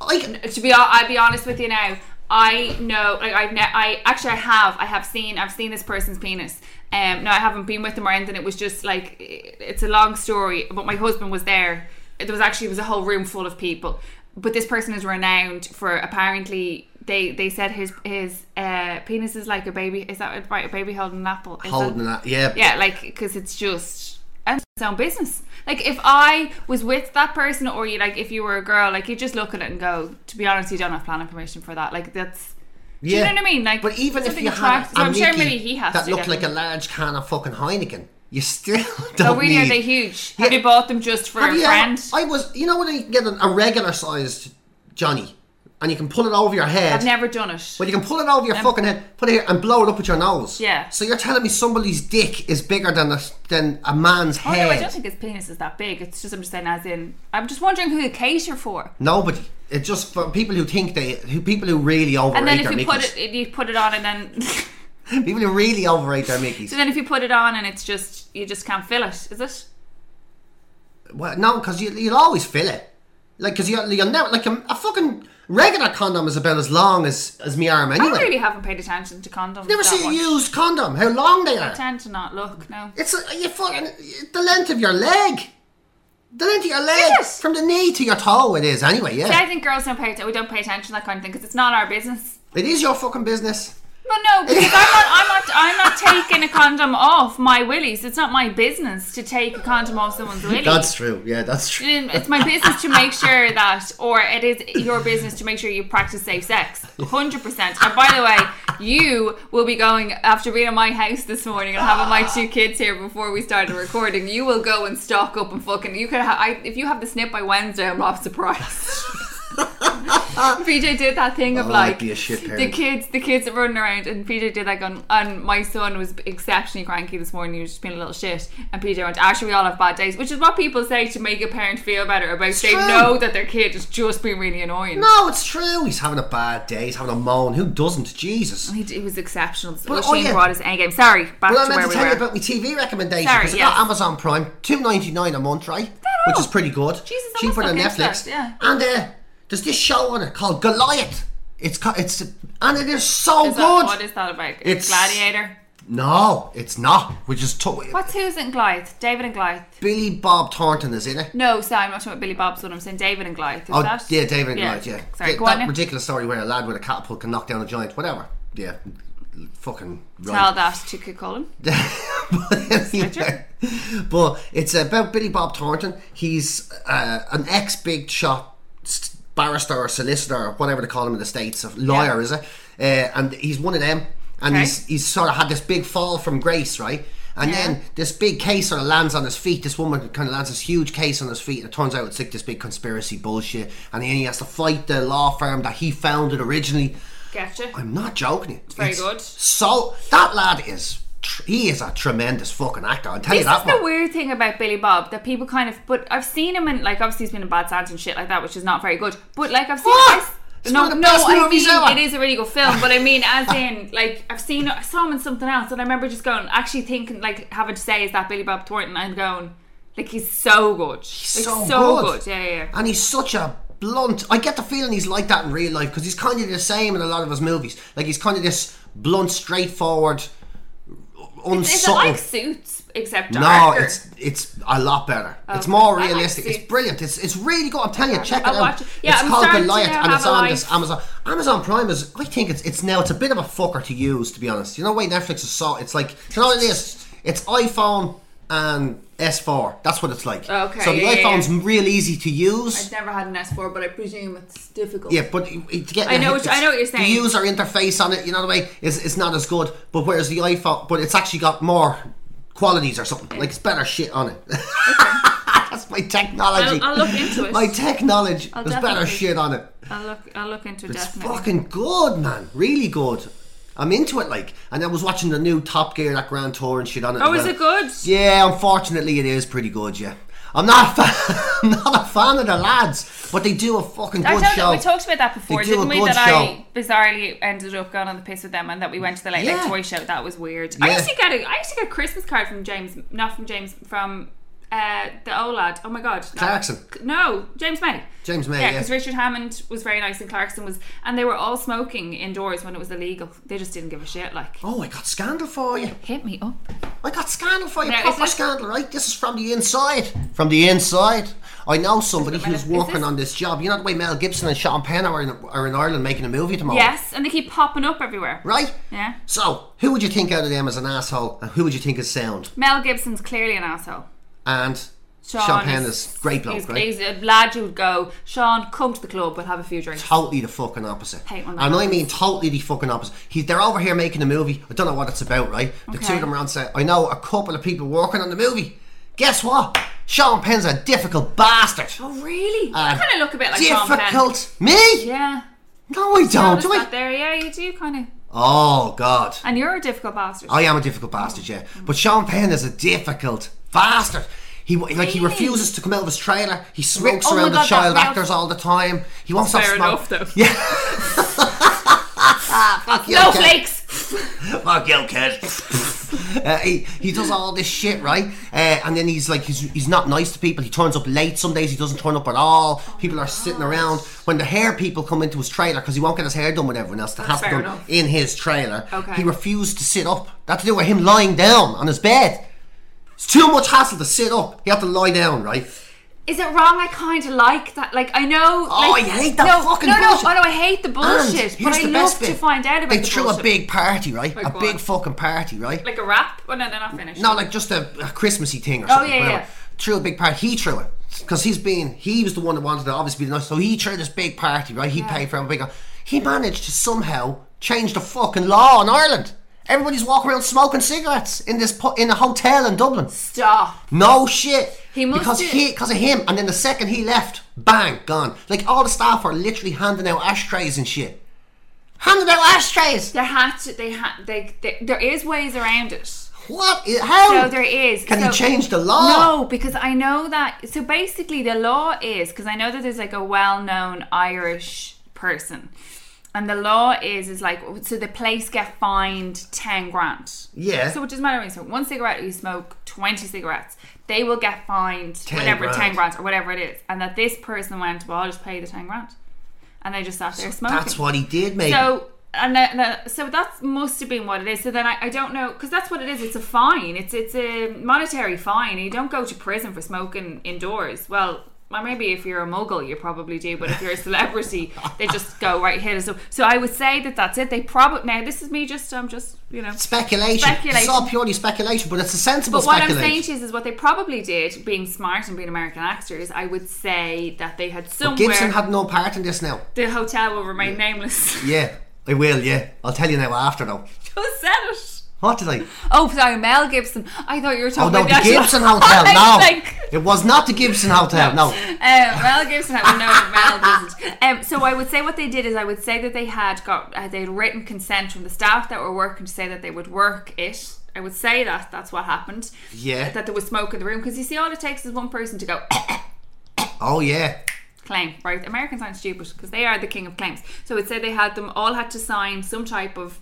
A: I
B: to be I'll be honest with you now. I know, like I've, ne- I actually I have, I have seen, I've seen this person's penis. Um, no, I haven't been with them or anything. It was just like, it's a long story, but my husband was there. There was actually it was a whole room full of people. But this person is renowned for apparently they they said his his uh, penis is like a baby. Is that right? A baby holding an apple. Is that-
A: holding that. Yeah,
B: yeah, like because it's just and it's own business. Like if I was with that person, or you like if you were a girl, like you just look at it and go. To be honest, you don't have planning permission for that. Like that's
A: Yeah.
B: you know what I mean? Like,
A: but even if
B: something
A: you had
B: attracts- so I'm sure
A: Mickey
B: maybe he has
A: that
B: to
A: looked
B: get
A: like a
B: them.
A: large can of fucking Heineken, you *laughs* still don't
B: Oh, really?
A: need.
B: Are they huge? Have
A: Yeah.
B: you bought them just for
A: Have
B: a
A: you ever-
B: friend?
A: I was, you know, when you get an, a regular sized Johnny, and you can pull it over your head.
B: I've never done it.
A: But you can pull it over your fucking head, put it here, and blow it up with your nose.
B: Yeah.
A: So you're telling me somebody's dick is bigger than a, than a man's
B: Oh,
A: head?
B: no, I don't think his penis is that big. It's just I'm just saying, as in, I'm just wondering who you cater for.
A: Nobody. It's just for people who think they, who people who really overrate
B: And then if
A: their
B: you
A: mickeys.
B: put it, you put it on, and then *laughs*
A: People who really overrate their mickeys.
B: so then if you put it on, and it's just you just can't feel it, is it?
A: Well, no, because you, you'll always fill it. Like, because you'll, you'll never, like, a, a fucking regular condom is about as long as, as me arm anyway.
B: I really haven't paid attention to condoms.
A: never
B: that
A: see a
B: much.
A: used condom, how long they are.
B: Tend to not look now.
A: It's a, you fucking, the length of your leg. The length of your leg.
B: Is it?
A: From the knee to your toe, it is, anyway, yeah.
B: I think girls don't pay atten- we don't pay attention to that kind of thing because it's not our business.
A: It is your fucking business.
B: But no, because I'm not, I'm not, I'm not taking a condom off my willies. It's not my business to take a condom off someone's willy.
A: true, yeah, that's true.
B: it's my business to make sure that, or it is your business to make sure you practice safe sex. 100%. And by the way, you will be going, after being in my house this morning and having my two kids here before we started recording, you will go and stock up and fucking, you could have, I, if you have the snip by Wednesday, I'm not surprised. *laughs* PJ did that thing of
A: Oh, I'd
B: like
A: be a shit parent.
B: the kids, the kids are running around, and PJ did that gun. And my son was exceptionally cranky this morning. He was just being a little shit, and PJ went, "Actually, we all have bad days," which is what people say to make a parent feel better about. they
A: true.
B: know that their kid is just being really annoying.
A: No, it's true. He's having a bad day. He's having a moan. Who doesn't? Jesus.
B: He, he was exceptional. So
A: But,
B: Shane
A: oh, yeah.
B: brought his A game. Sorry, back
A: Well, I
B: to where
A: meant to
B: we
A: tell you
B: were.
A: about my TV recommendation
B: Sorry,
A: because I got
B: yes.
A: Amazon Prime, two ninety nine a month, right? Which is pretty good.
B: Jesus, I
A: cheaper
B: must
A: than
B: look into
A: Netflix.
B: that, yeah.
A: And uh, there's this show on it called Goliath. It's co- it's and it is so
B: Is that-
A: good.
B: what is that about?
A: It's-
B: Gladiator.
A: no, it's not. Which is to-
B: What's who's in Goliath? David and Goliath.
A: Billy Bob Thornton is in it.
B: No, sorry, I'm not talking about Billy Bob's one. I'm saying David and Goliath. Is
A: Oh
B: that?
A: yeah, David and Goliath. Yeah,
B: Sorry,
A: Th-
B: go
A: that
B: on. now.
A: ridiculous story where a lad with a catapult can knock down a giant. Whatever. Yeah, fucking. Right.
B: Tell that to Kid Cullen.
A: but, *laughs* anyway, but it's about Billy Bob Thornton. He's uh, an ex big shot s- barrister or solicitor or whatever they call him in the states, a lawyer is it? Uh, and he's one of them, and
B: Okay.
A: he's he's sort of had this big fall from grace, right? And
B: Yeah.
A: then this big case sort of lands on his feet. This woman kind of lands this huge case on his feet, and it turns out it's like this big conspiracy bullshit. And then he has to fight the law firm that he founded originally.
B: Gotcha.
A: I'm not joking. you. It's
B: very good.
A: So that lad is tr- he is a tremendous fucking actor. I'll tell you
B: This
A: that
B: is the
A: much.
B: weird thing about Billy Bob that people kind of, but I've seen him in like obviously he's been in Bad Santa and shit like that, which is not very good. But like I've seen
A: What?
B: this.
A: It's
B: No,
A: one of the
B: no,
A: best
B: I
A: movies
B: mean
A: ever.
B: it is a really good film, but I mean
A: *laughs*
B: as in like I've seen I saw him in something else, and I remember just going actually thinking like having to say is that Billy Bob Thornton and going like he's so good, he's like,
A: so good.
B: yeah, yeah, yeah.
A: And he's such a blunt. I get the feeling he's like that in real life because he's kind of the same in a lot of his movies. Like he's kind of this blunt, straightforward,
B: Is it
A: unsubtle.
B: like Suits except
A: no,
B: darker?
A: it's it's a lot better. It's more
B: Oh, I like
A: realistic. it's
B: Suits.
A: brilliant. It's it's really good. I'm telling you, check
B: I'll
A: it out.
B: watch it. Yeah,
A: it's
B: I'm
A: called
B: starting to
A: Goliath,
B: now
A: and it's
B: have a
A: on
B: life.
A: this Amazon Amazon Prime. Is I think it's it's now it's a bit of a fucker to use, to be honest. You know why Netflix is so it's like you know what it is. It's iPhone and S4. That's what it's like.
B: Okay,
A: So the
B: yeah, yeah,
A: iPhone's real easy to use.
B: I've never had an S four, but I presume it's difficult.
A: Yeah, but it- it- to get
B: I know
A: it's-
B: what- I know what you're saying.
A: The user interface on it, you know what I mean, is it's not as good. But whereas the iPhone, but it's actually got more qualities or something. Like it's better shit on it. *laughs* That's my technology.
B: I'll, I'll look into it.
A: my technology. There's better
B: definitely-
A: shit on it.
B: I'll look. I'll look into it
A: It's
B: definitely.
A: fucking good, man. Really good. I'm into it, like. And I was watching the new Top Gear, that Grand Tour and shit on it.
B: oh,
A: as
B: is
A: well.
B: it good?
A: Yeah, unfortunately, it is pretty good. Yeah, I'm not a *laughs* fan, I'm not a fan of the lads, but they do a fucking
B: I
A: good
B: told
A: show.
B: we talked about that before,
A: They do a
B: didn't we?
A: good
B: That
A: show.
B: I bizarrely ended up going on the piss with them, and that we went to the late
A: Yeah.
B: night toy show. That was weird.
A: Yeah.
B: I used to get a, I used to get a Christmas card from James, not from James, from uh, the old lad. Oh my god, no.
A: Clarkson.
B: No, James May.
A: James May,
B: Yeah,
A: yeah.
B: because Richard Hammond was very nice, and Clarkson was, and they were all smoking indoors when it was illegal. They just didn't give a shit. Like,
A: Oh, I got scandal for you.
B: hit me up.
A: I got scandal for you.
B: Now, is
A: Proper
B: this-
A: scandal, right? This is from the inside. From the inside. I know somebody
B: Doesn't
A: who's
B: matter. Is
A: working
B: this-
A: on this job. You know the way Mel Gibson and Sean Penn are in, are in Ireland making a movie tomorrow?
B: Yes, and they keep popping up everywhere.
A: Right?
B: Yeah.
A: So, who would you think out of them is an asshole, and who would you think is sound?
B: Mel Gibson's clearly an asshole.
A: And Sean, Penn is great bloke,
B: he's,
A: right?
B: He's a lad you would go, Sean, come to the club, we'll have a few drinks.
A: totally the fucking opposite.
B: Hate when that
A: and I
B: happens.
A: mean totally the fucking opposite. He, they're over here making a movie. I don't know what it's about, right? The two of
B: Okay.
A: them are on set. I know a couple of people working on the movie. Guess what? Sean Penn's a difficult bastard.
B: Oh, really?
A: Uh,
B: I kind of look a bit like Sean Penn.
A: difficult. Me?
B: Yeah.
A: No, I don't.
B: Honest
A: Do
B: out
A: I?
B: there, yeah, you do kind of.
A: Oh God,
B: And you're a difficult bastard.
A: I am a difficult bastard, yeah.
B: Mm.
A: But Sean Penn is a difficult bastard. He like he
B: Really?
A: refuses to come out of his trailer. He smokes
B: Oh my
A: around the
B: God, that
A: child
B: real-
A: actors all the time. He won't stop
B: Fair
A: smoking.
B: enough, though.
A: Yeah. Fuck you,
B: no
A: Ken.
B: flakes!
A: Fuck you, kid. *laughs* uh, he, he does all this shit, right? Uh, and then he's like, he's, he's not nice to people. He turns up late. Some days he doesn't turn up at all. people are sitting around. When the hair people come into his trailer, because he won't get his hair done with everyone else that has it
B: fair
A: done
B: enough.
A: in his trailer,
B: Okay.
A: he refused to sit up. That had to do with him lying down on his bed. It's too much hassle to sit up. He had to lie down, right?
B: Is it wrong? I kind of like that. Like, I know.
A: Oh,
B: like,
A: I hate that
B: no,
A: fucking
B: no, no,
A: bullshit.
B: Oh, no, I hate the
A: And
B: bullshit, but
A: here's
B: I
A: the
B: love
A: best
B: to
A: bit.
B: find out about
A: They
B: the
A: threw
B: bullshit.
A: a big party, right?
B: My
A: a
B: God.
A: big fucking party, right?
B: Like a rap? Oh, no, they're not finished.
A: No, like just a, a Christmassy thing or
B: Oh,
A: something.
B: yeah,
A: whatever.
B: yeah.
A: Threw a big party. He threw it because he's been. He was the one that wanted to obviously be the nice. So he threw this big party, right? He paid for it. Big. He managed to somehow change the fucking law in Ireland. Everybody's walking around smoking cigarettes in this pu- in a hotel in Dublin.
B: Stop.
A: No shit.
B: He must
A: because
B: do-
A: he because of him, and then the second he left, bang, gone. Like all the staff are literally handing out ashtrays and shit. Handing out ashtrays.
B: There had to. They had. They, they, there is ways around it.
A: What? i- How?
B: No, there is.
A: Oh, Can
B: So-
A: you change the law?
B: No, because I know that. So basically, the law is because I know that there's like a well-known Irish person, and the law is is like so the place get fined ten grand.
A: Yeah.
B: So it doesn't matter when you smoke one cigarette, or you smoke twenty cigarettes. They will get fined
A: 10
B: whatever
A: grand.
B: ten grand or whatever it is, and that this person went, well, I'll just pay the ten grand, and they just sat there smoking.
A: That's what he did, mate.
B: So and the, the, so that must have been what it is. So then I, I don't know because that's what it is. It's a fine. It's it's a monetary fine. You don't go to prison for smoking indoors. Well, well, maybe if you're a mogul, you probably do,
A: *laughs*
B: but if you're a celebrity, they just go right hit us up. So I would say that that's it. They probably now this is me just I'm just you know
A: Speculation. It's
B: Speculation.
A: all purely speculation, but it's a sensible
B: But what I'm
A: speculation.
B: saying to you is, is what they probably did, being smart and being American actors, I would say that they had somewhere
A: Gibson had no part in this now.
B: the hotel will remain nameless. *laughs*
A: Yeah, I will, yeah. I'll tell you now after though.
B: Who said it?
A: What did I?
B: *laughs* Oh, sorry, Mel Gibson. I thought you were
A: Oh
B: talking
A: no,
B: about
A: the
B: actual-
A: Gibson Hotel.
B: *laughs* I
A: No,
B: was like-
A: it was not the Gibson Hotel. No,
B: Uh, Mel Gibson, I would know that Mel doesn't. Um, so I would say what they did is I would say that they had got uh, they had written consent from the staff that were working to say that they would work it. I would say that that's what happened.
A: Yeah.
B: That there was smoke in the room because you see, all it takes is one person to go
A: Oh yeah.
B: claim, right? Americans aren't stupid because they are the king of claims. So I would say they had them all had to sign some type of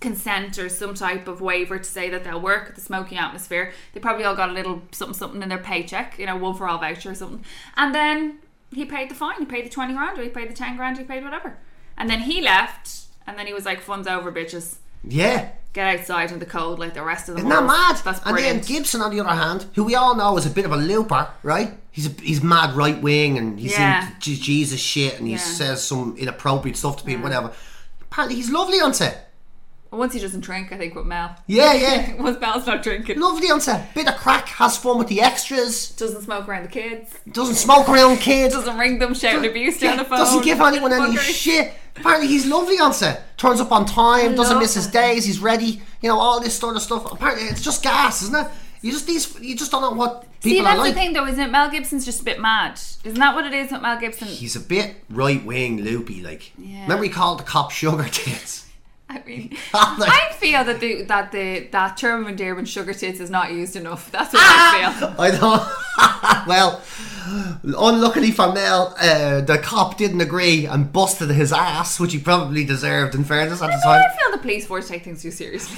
B: consent or some type of waiver to say that they'll work at the smoking atmosphere. They probably all got a little something something in their paycheck, you know, one for all voucher or something. And then he paid the fine, he paid the twenty grand or he paid the ten grand, he paid whatever. And then he left and then he was like, Fun's over, bitches.
A: Yeah.
B: Get outside in the cold like the rest of them.
A: Isn't that
B: all."
A: mad?
B: That's
A: and
B: brilliant.
A: then Gibson, on the other hand, who we all know is a bit of a looper, right? He's a, he's mad right wing and he's
B: Yeah.
A: in J- Jesus shit and he
B: Yeah.
A: says some inappropriate stuff to people, whatever. Apparently, he's lovely on set.
B: Once he doesn't drink, I think with Mel. *laughs*
A: Yeah, yeah.
B: Once Mel's not drinking.
A: lovely on set. Bit of crack, has fun with the extras,
B: Doesn't smoke around the kids.
A: doesn't smoke around kids,
B: doesn't ring them shouting abuse
A: *laughs*
B: down the phone.
A: doesn't give anyone any
B: Fuckers.
A: shit. Apparently, he's lovely on set. Turns up on time, doesn't
B: love
A: miss his days. He's ready. You know all this sort of stuff. Apparently, it's just gas, isn't it? You just these. You just don't know what people
B: See,
A: are
B: that's
A: like.
B: the thing though, isn't it? Mel Gibson's just a bit mad. Isn't that what it is with Mel Gibson?
A: He's a bit right wing loopy, like.
B: Yeah.
A: Remember he called the cop sugar tits.
B: I mean,
A: Like-
B: I feel that the that the that term of endearment sugar tits is not used enough. That's what I
A: *laughs*
B: feel.
A: *laughs* I know. well, unluckily for Mel, uh, the cop didn't agree and busted his ass, which he probably deserved. In fairness, at the
B: I
A: time.
B: feel the police force take things
A: *laughs*
B: too seriously.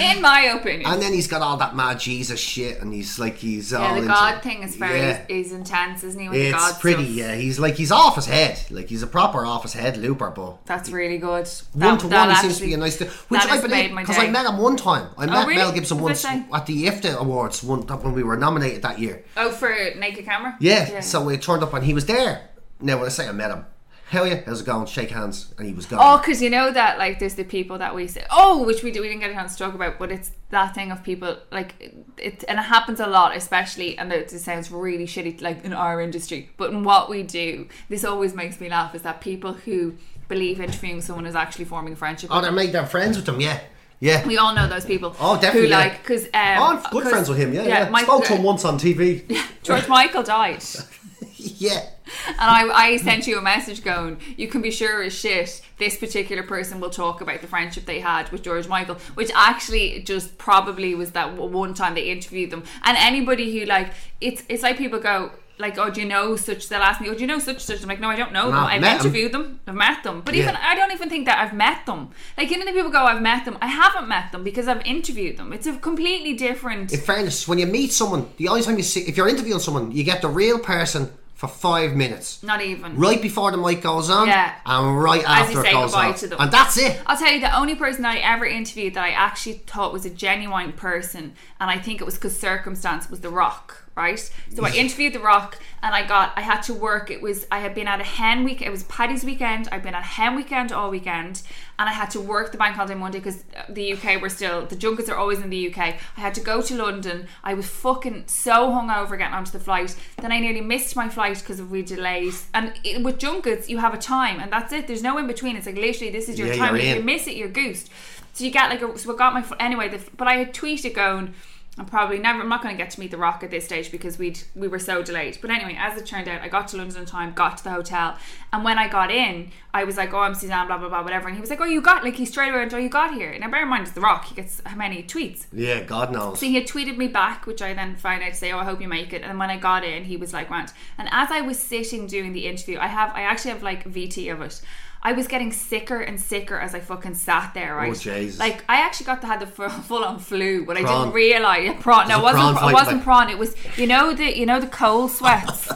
B: In my opinion.
A: And then he's got all that mad Jesus shit, and he's like he's all
B: yeah, the
A: into-
B: God thing is very
A: Yeah.
B: is intense, isn't he? With the
A: It's
B: God
A: pretty,
B: stuff?
A: yeah. He's like he's off his head, like he's a proper off his head looper, but
B: That's really
A: one
B: good. That,
A: to
B: that
A: one seems to
B: actually-
A: be a nice thing, which
B: that
A: I
B: has
A: believe
B: made my
A: because I
B: day. Oh,
A: met him one time. I met
B: really?
A: Mel Gibson
B: What
A: once
B: did I say?
A: at the IFTA Awards one, that when we were nominated that year.
B: Oh, for naked camera.
A: Yeah, so we turned up and he was there. Now when I say I met him, hell yeah, how's it going? Shake hands, and he was gone.
B: Oh, because you know that like there's the people that we say oh, which we do, we didn't get a chance to talk about, but it's that thing of people like it, and it happens a lot, especially and it sounds really shitty like in our industry, but in what we do, this always makes me laugh is that people who believe interviewing someone is actually forming a friendship.
A: Oh, they made their friends with them. Yeah, yeah.
B: we all know those people.
A: Oh, definitely,
B: Who
A: yeah.
B: like because um,
A: Oh, I'm good
B: 'cause-
A: friends with him. Yeah, yeah.
B: Michael-
A: Spoke to him once on TV.
B: George Michael died.
A: *laughs* yeah,
B: And I, I sent you a message going, you can be sure as shit this particular person will talk about the friendship they had with George Michael, which actually just probably was that w- one time they interviewed them. And anybody who like, it's it's like people go. Like, oh, do you know such? They'll ask me, oh, do you know such such? I'm like, no, I don't know them.
A: I've
B: I've
A: met 'em."
B: interviewed them, I've met them. But
A: Yeah.
B: even I don't even think that I've met them. Like, you know, the people go, I've met them. I haven't met them because I've interviewed them. It's a completely different.
A: In fairness, when you meet someone, the only time you see, if you're interviewing someone, you get the real person for five minutes.
B: not even
A: Right before the mic goes on,
B: Yeah.
A: and right
B: As you
A: after it
B: say
A: goes
B: goodbye
A: on,
B: to them.
A: and that's it.
B: I'll tell you the only person I ever interviewed that I actually thought was a genuine person, and I think it was because circumstance was The Rock, right? So I interviewed The Rock, and I got I had to work. It was I had been at a hen week. It was Paddy's weekend. I'd been at hen weekend all weekend, and I had to work the bank holiday Monday because the UK were still the junkets are always in the UK. I had to go to London. I was fucking so hungover getting onto the flight. Then I nearly missed my flight because of we delayed. And it, with junkets, you have a time, and that's it. There's no in between. It's like literally this is your
A: Yeah,
B: time.
A: you're
B: If you
A: in.
B: miss it, you're goosed. So you get like a, so I got my fl- anyway. The, but I had tweeted going, I'm probably never. I'm not going to get to meet the Rock at this stage because we'd we were so delayed. But anyway, as it turned out, I got to London in time, got to the hotel, and when I got in, I was like, oh, I'm Suzanne, blah blah blah, whatever. And he was like, oh, you got like he straight away went, oh, you got here. Now bear in mind, it's the Rock. He gets how many tweets?
A: Yeah, God knows.
B: So he had tweeted me back, which I then found out to say, "Oh, I hope you make it." And when I got in, he was like, "Rant." And as I was sitting doing the interview, I have, I actually have like VT of it. I was getting sicker and sicker as I fucking sat there. Right?
A: Oh, Jesus.
B: Like I actually got to had the *laughs* full on flu, but I
A: Prawn.
B: didn't realize prawn. No,
A: It
B: it
A: was a
B: wasn't.
A: prawn
B: it
A: fight,
B: wasn't
A: like- *laughs*
B: prawn. It was you know the you know the cold sweats.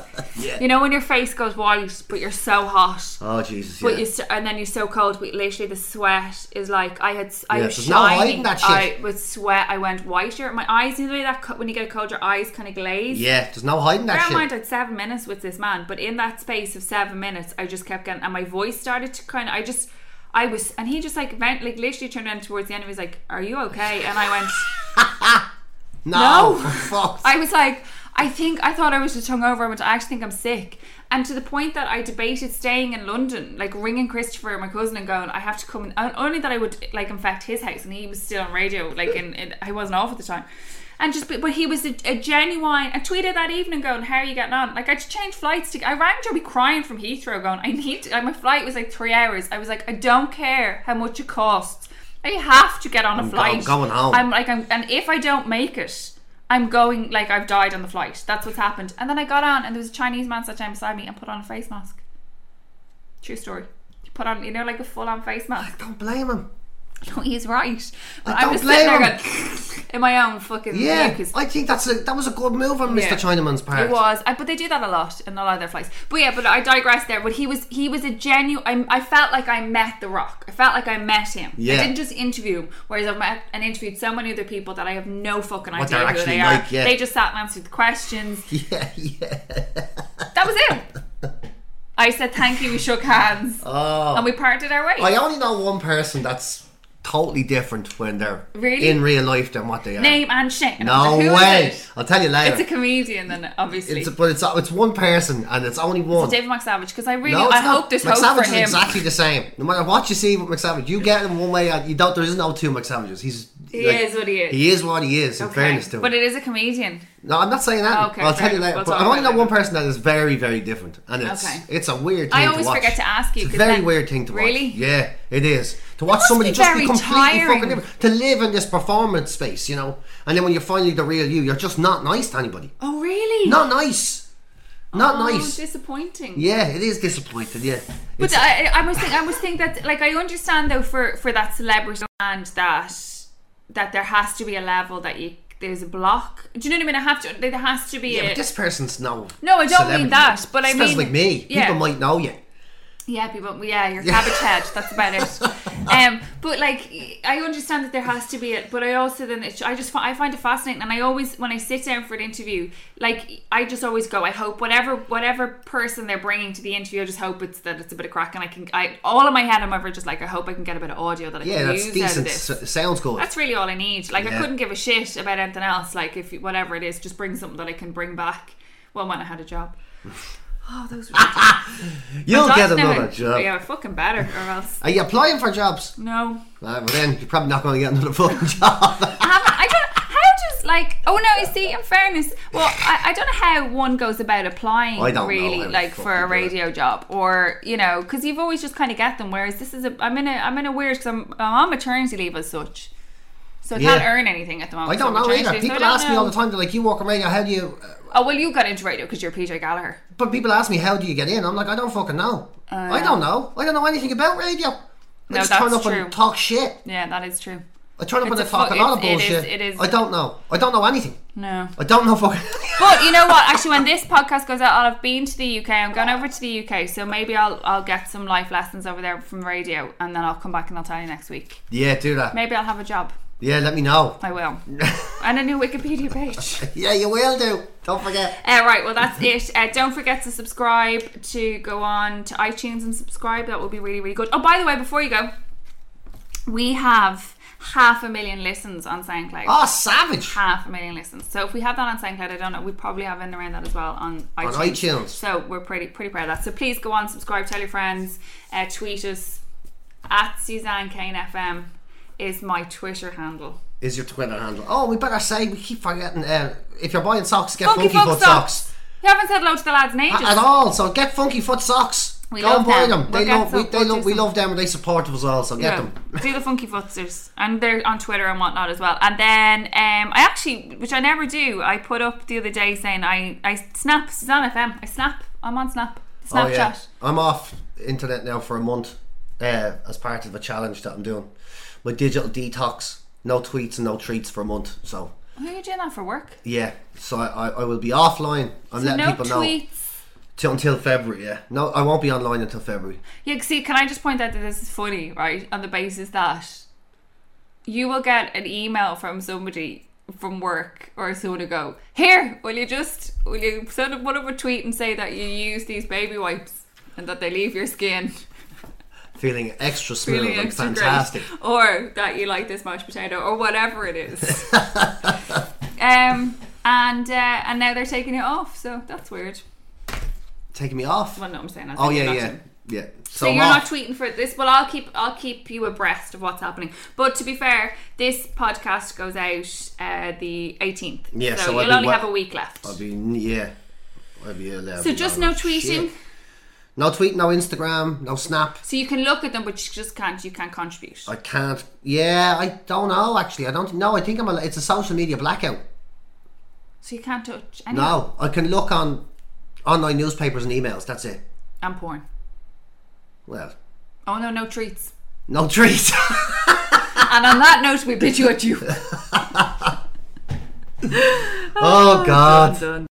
A: Yeah.
B: You know when your face goes white, but you're so hot.
A: Oh Jesus! Yeah.
B: But you st- and then you're so cold. But literally, the sweat is like I had. s- I
A: Yeah,
B: was
A: there's no hiding
B: shining.
A: that
B: I
A: shit.
B: with sweat. I went whiter. My eyes, you know, that co- when you get cold, your eyes kind of glaze.
A: yeah, there's no hiding that
B: Bear in
A: shit.
B: mind, I had seven minutes with this man, but in that space of seven minutes, I just kept getting, and my voice started to kind of, I just, I was, and he just like vent, like literally turned around towards the end. He was like, "Are you okay?" And I went,
A: *laughs* no,
B: No.
A: fuck.
B: I was like, I think I thought I was just hungover. I went, I actually think I'm sick. And to the point that I debated staying in London, like ringing Christopher, my cousin, and going, I have to come. In. and Only that I would like infect his house, and he was still on radio. Like, in, in I wasn't off at the time. And just, but but he was a, a genuine. I tweeted that evening going, "How are you getting on?" Like I just changed flights to. I rang Joey crying from Heathrow, going, "I need to, like my flight was like three hours." I was like, "I don't care how much it costs. I have to get on a
A: I'm go-
B: flight.
A: I'm going home."
B: I'm like, I'm, and if I don't make it, I'm going like I've died on the flight. That's what's happened. And then I got on, and there was a Chinese man sat down beside me and put on a face mask. True story. He put on, you know, like a full-on face mask. *laughs*
A: don't blame him.
B: No, he's right. But
A: I
B: I'm
A: don't
B: just sitting there
A: blame
B: going, in my own fucking
A: Yeah,
B: mucus.
A: I think that's a that was a good move on
B: Yeah.
A: Mr. Chinaman's part.
B: It was, I, but they do that a lot in a lot of their flights. But yeah, but I digress there. But he was, he was a genuine. I, I felt like I met The Rock. I felt like I met him. I
A: Yeah.
B: didn't just interview him. Whereas I've met and interviewed so many other people that I have no fucking
A: What
B: idea
A: they're
B: who they
A: actually
B: are.
A: like, yeah.
B: They just sat and answered the questions.
A: *laughs* Yeah, yeah.
B: That was it.
A: *laughs*
B: I said thank you. We shook hands,
A: Oh,
B: and we parted our ways.
A: I only know one person that's totally different when they're
B: Really?
A: in real life than what they are.
B: Name and shame. And I
A: no
B: was like, who is
A: way.
B: it?
A: I'll tell you later.
B: It's a comedian, then obviously.
A: It's- but it's it's one person and it's only one.
B: David McSavage, because I really,
A: no, it's
B: I
A: not.
B: hope there's hope
A: McSavage
B: for
A: is
B: him.
A: exactly the same. No matter what you see with McSavage, you get him one way. and You don't. There is no two McSavages. He's
B: He is what he is.
A: He is what he is. In
B: Okay.
A: fairness to him.
B: But it is a comedian.
A: No, I'm not saying that.
B: Okay,
A: I'll tell
B: fair
A: you
B: enough.
A: later.
B: We'll
A: but
B: talk
A: I've only
B: about
A: got
B: it
A: one person that is very, very different, and it's
B: Okay.
A: it's a weird. thing
B: I
A: to
B: always
A: watch.
B: forget to ask you,
A: It's a
B: 'cause
A: very
B: then-
A: weird thing to watch.
B: Really?
A: Yeah, it is to watch
B: must
A: somebody
B: be
A: just
B: very
A: be completely
B: tiring.
A: fucking different to live in this performance space, you know. And then when you're finally the real you, you're just not nice to anybody.
B: Oh, really?
A: Not nice. Not
B: Oh,
A: nice.
B: Disappointing.
A: yeah, it is disappointing. Yeah,
B: But
A: It's-
B: I, I must think, I must think that, like, I understand though for for that celebrity and that that there has to be a level that you there's a block. Do you know what I mean? I have to. There has to be
A: yeah,
B: a.
A: but this person's no.
B: No, I don't mean
A: celebrity.
B: that, but I
A: This person's
B: mean-
A: like me.
B: yeah.
A: People might know you.
B: Yeah, people. Yeah, your cabbage head. That's about
A: *laughs*
B: it. Um, but like, I understand that there has to be it, but I also then it, I just fi- I find it fascinating, and I always when I sit down for an interview, like I just always go. I hope whatever whatever person they're bringing to the interview, I just hope it's that it's a bit of crack, and I can. I all in my head, I'm ever just like, I hope I can get a bit of audio that I
A: Yeah,
B: can
A: that's
B: use out of
A: decent.
B: this.
A: S- sounds good.
B: That's really all I need. Like I
A: Yeah.
B: couldn't give a shit about anything else. Like if you- whatever it is, just bring something that I can bring back. Well, when I had a job. Oh,
A: *laughs*
B: those were.
A: You'll
B: Jobs
A: get
B: never-
A: another job.
B: Yeah, fucking better, or else
A: Are you applying for jobs?
B: no.
A: Right, well then you're probably not going to get another fucking *laughs* job.
B: I haven't. I don't. How does like? Oh no! You see, in fairness, well, I, I don't know how one goes about applying
A: I don't know
B: really,
A: how to
B: like for
A: fucking
B: a
A: do it.
B: radio job, or you know, because you've always just kind of get them. Whereas this is a, I'm in a, I'm in a weird because I'm, I'm on maternity leave as such, so I can't
A: Yeah.
B: earn anything at the moment.
A: I don't
B: so
A: know
B: maternity
A: either.
B: leave, so I
A: People
B: don't
A: ask me all
B: know.
A: the time, they're like, "You work in radio? How do you?" uh,
B: Oh well, you got into radio because you're PJ Gallagher.
A: But people ask me, "How do you get in?" I'm like, "I don't fucking know. I don't know. I don't know anything about radio. I
B: Uh, No,
A: just
B: that's
A: turn up
B: true.
A: and talk shit.
B: Yeah, that is true.
A: I turn up
B: It's
A: and I
B: a
A: talk
B: fu-
A: a lot of
B: it's- it is-
A: bullshit.
B: it is-
A: I don't know. I don't know anything.
B: No.
A: I don't know fucking.
B: But you know what? Actually, when this podcast goes out, I'll have been to the UK. I'm going over to the UK, so maybe I'll I'll get some life lessons over there from radio, and then I'll come back and I'll tell you next week.
A: *laughs* yeah, do that.
B: Maybe I'll have a job.
A: Yeah, let me know.
B: I will,
A: *laughs*
B: and a new Wikipedia page.
A: yeah, you will do. Don't forget.
B: Uh, right, well that's it. Uh, don't forget to subscribe to go on to iTunes and subscribe. That would be really really good. Oh, by the way, before you go, we have half a million listens on SoundCloud.
A: Oh, savage.
B: half a million listens. So if we have that on SoundCloud, I don't know. We probably have in around that as well on iTunes.
A: iTunes.
B: So we're pretty pretty proud of that. So please go on, subscribe, tell your friends, uh, tweet us at Suzanne Kane FM is my Twitter handle.
A: Is your Twitter handle? Oh, we better say we keep forgetting. Uh, if you're buying socks, get
B: Funky
A: funky,
B: Foot
A: foot
B: Socks.
A: socks.
B: You haven't said hello to the lads' names.
A: at all. So get funky foot socks.
B: We
A: Go
B: love
A: and buy
B: them.
A: them.
B: We'll
A: They
B: get
A: love, we,
B: some-
A: they
B: we'll do
A: love, we
B: some.
A: love them and they support us all. So get
B: Yeah.
A: them. *laughs*
B: Do the funky futzers, and they're on Twitter and whatnot as well. And then um, I actually, which I never do, I put up the other day saying I I snap Suzanne FM. I snap. I'm on Snap.
A: Oh,
B: Snapchat.
A: I'm off internet now for a month uh, as part of a challenge that I'm doing. My digital detox. No tweets and no treats for a month. So
B: Who are you doing that for work?
A: yeah. So I, I, I will be offline. I'm letting
B: no
A: people
B: tweets.
A: till until February. Yeah, no, I won't be online until February.
B: Yeah, see, can I just point out that this is funny, right? On the basis that you will get an email from somebody from work or soon ago. Here, will you just will you send one of a tweet and say that you use these baby wipes and that they leave
A: *laughs*
B: your skin
A: Feeling extra smooth
B: feeling
A: and
B: extra
A: fantastic.
B: great, or that you like this mashed potato or whatever it
A: *laughs*
B: is. um, and uh, and now they're taking it off, so that's weird.
A: Taking me off.
B: Well, no, I'm saying. I'm
A: Oh
B: saying
A: yeah,
B: not
A: yeah,
B: to.
A: yeah.
B: So
A: I'm
B: you're
A: off.
B: not tweeting for this, but I'll keep I'll keep you abreast of what's happening. But to be fair, this podcast goes out uh, the 18th,
A: Yeah,
B: so,
A: so I'll
B: you'll
A: be
B: only
A: wa-
B: have a week left.
A: I'll be yeah. I'll be allowed.
B: so just no tweeting.
A: No tweet. No Instagram. No snap.
B: So you can look at them, but you just can't you can't contribute.
A: I can't. Yeah, I don't know. Actually, I don't know. I think I'm. A, it's a social media blackout.
B: so you can't touch any
A: No, I can look on online newspapers and emails. That's it.
B: and porn.
A: Well,
B: Oh no, no treats.
A: no *laughs* Oh, treats.
B: *laughs* And on that note, we bid you adieu.
A: oh God.
B: Done.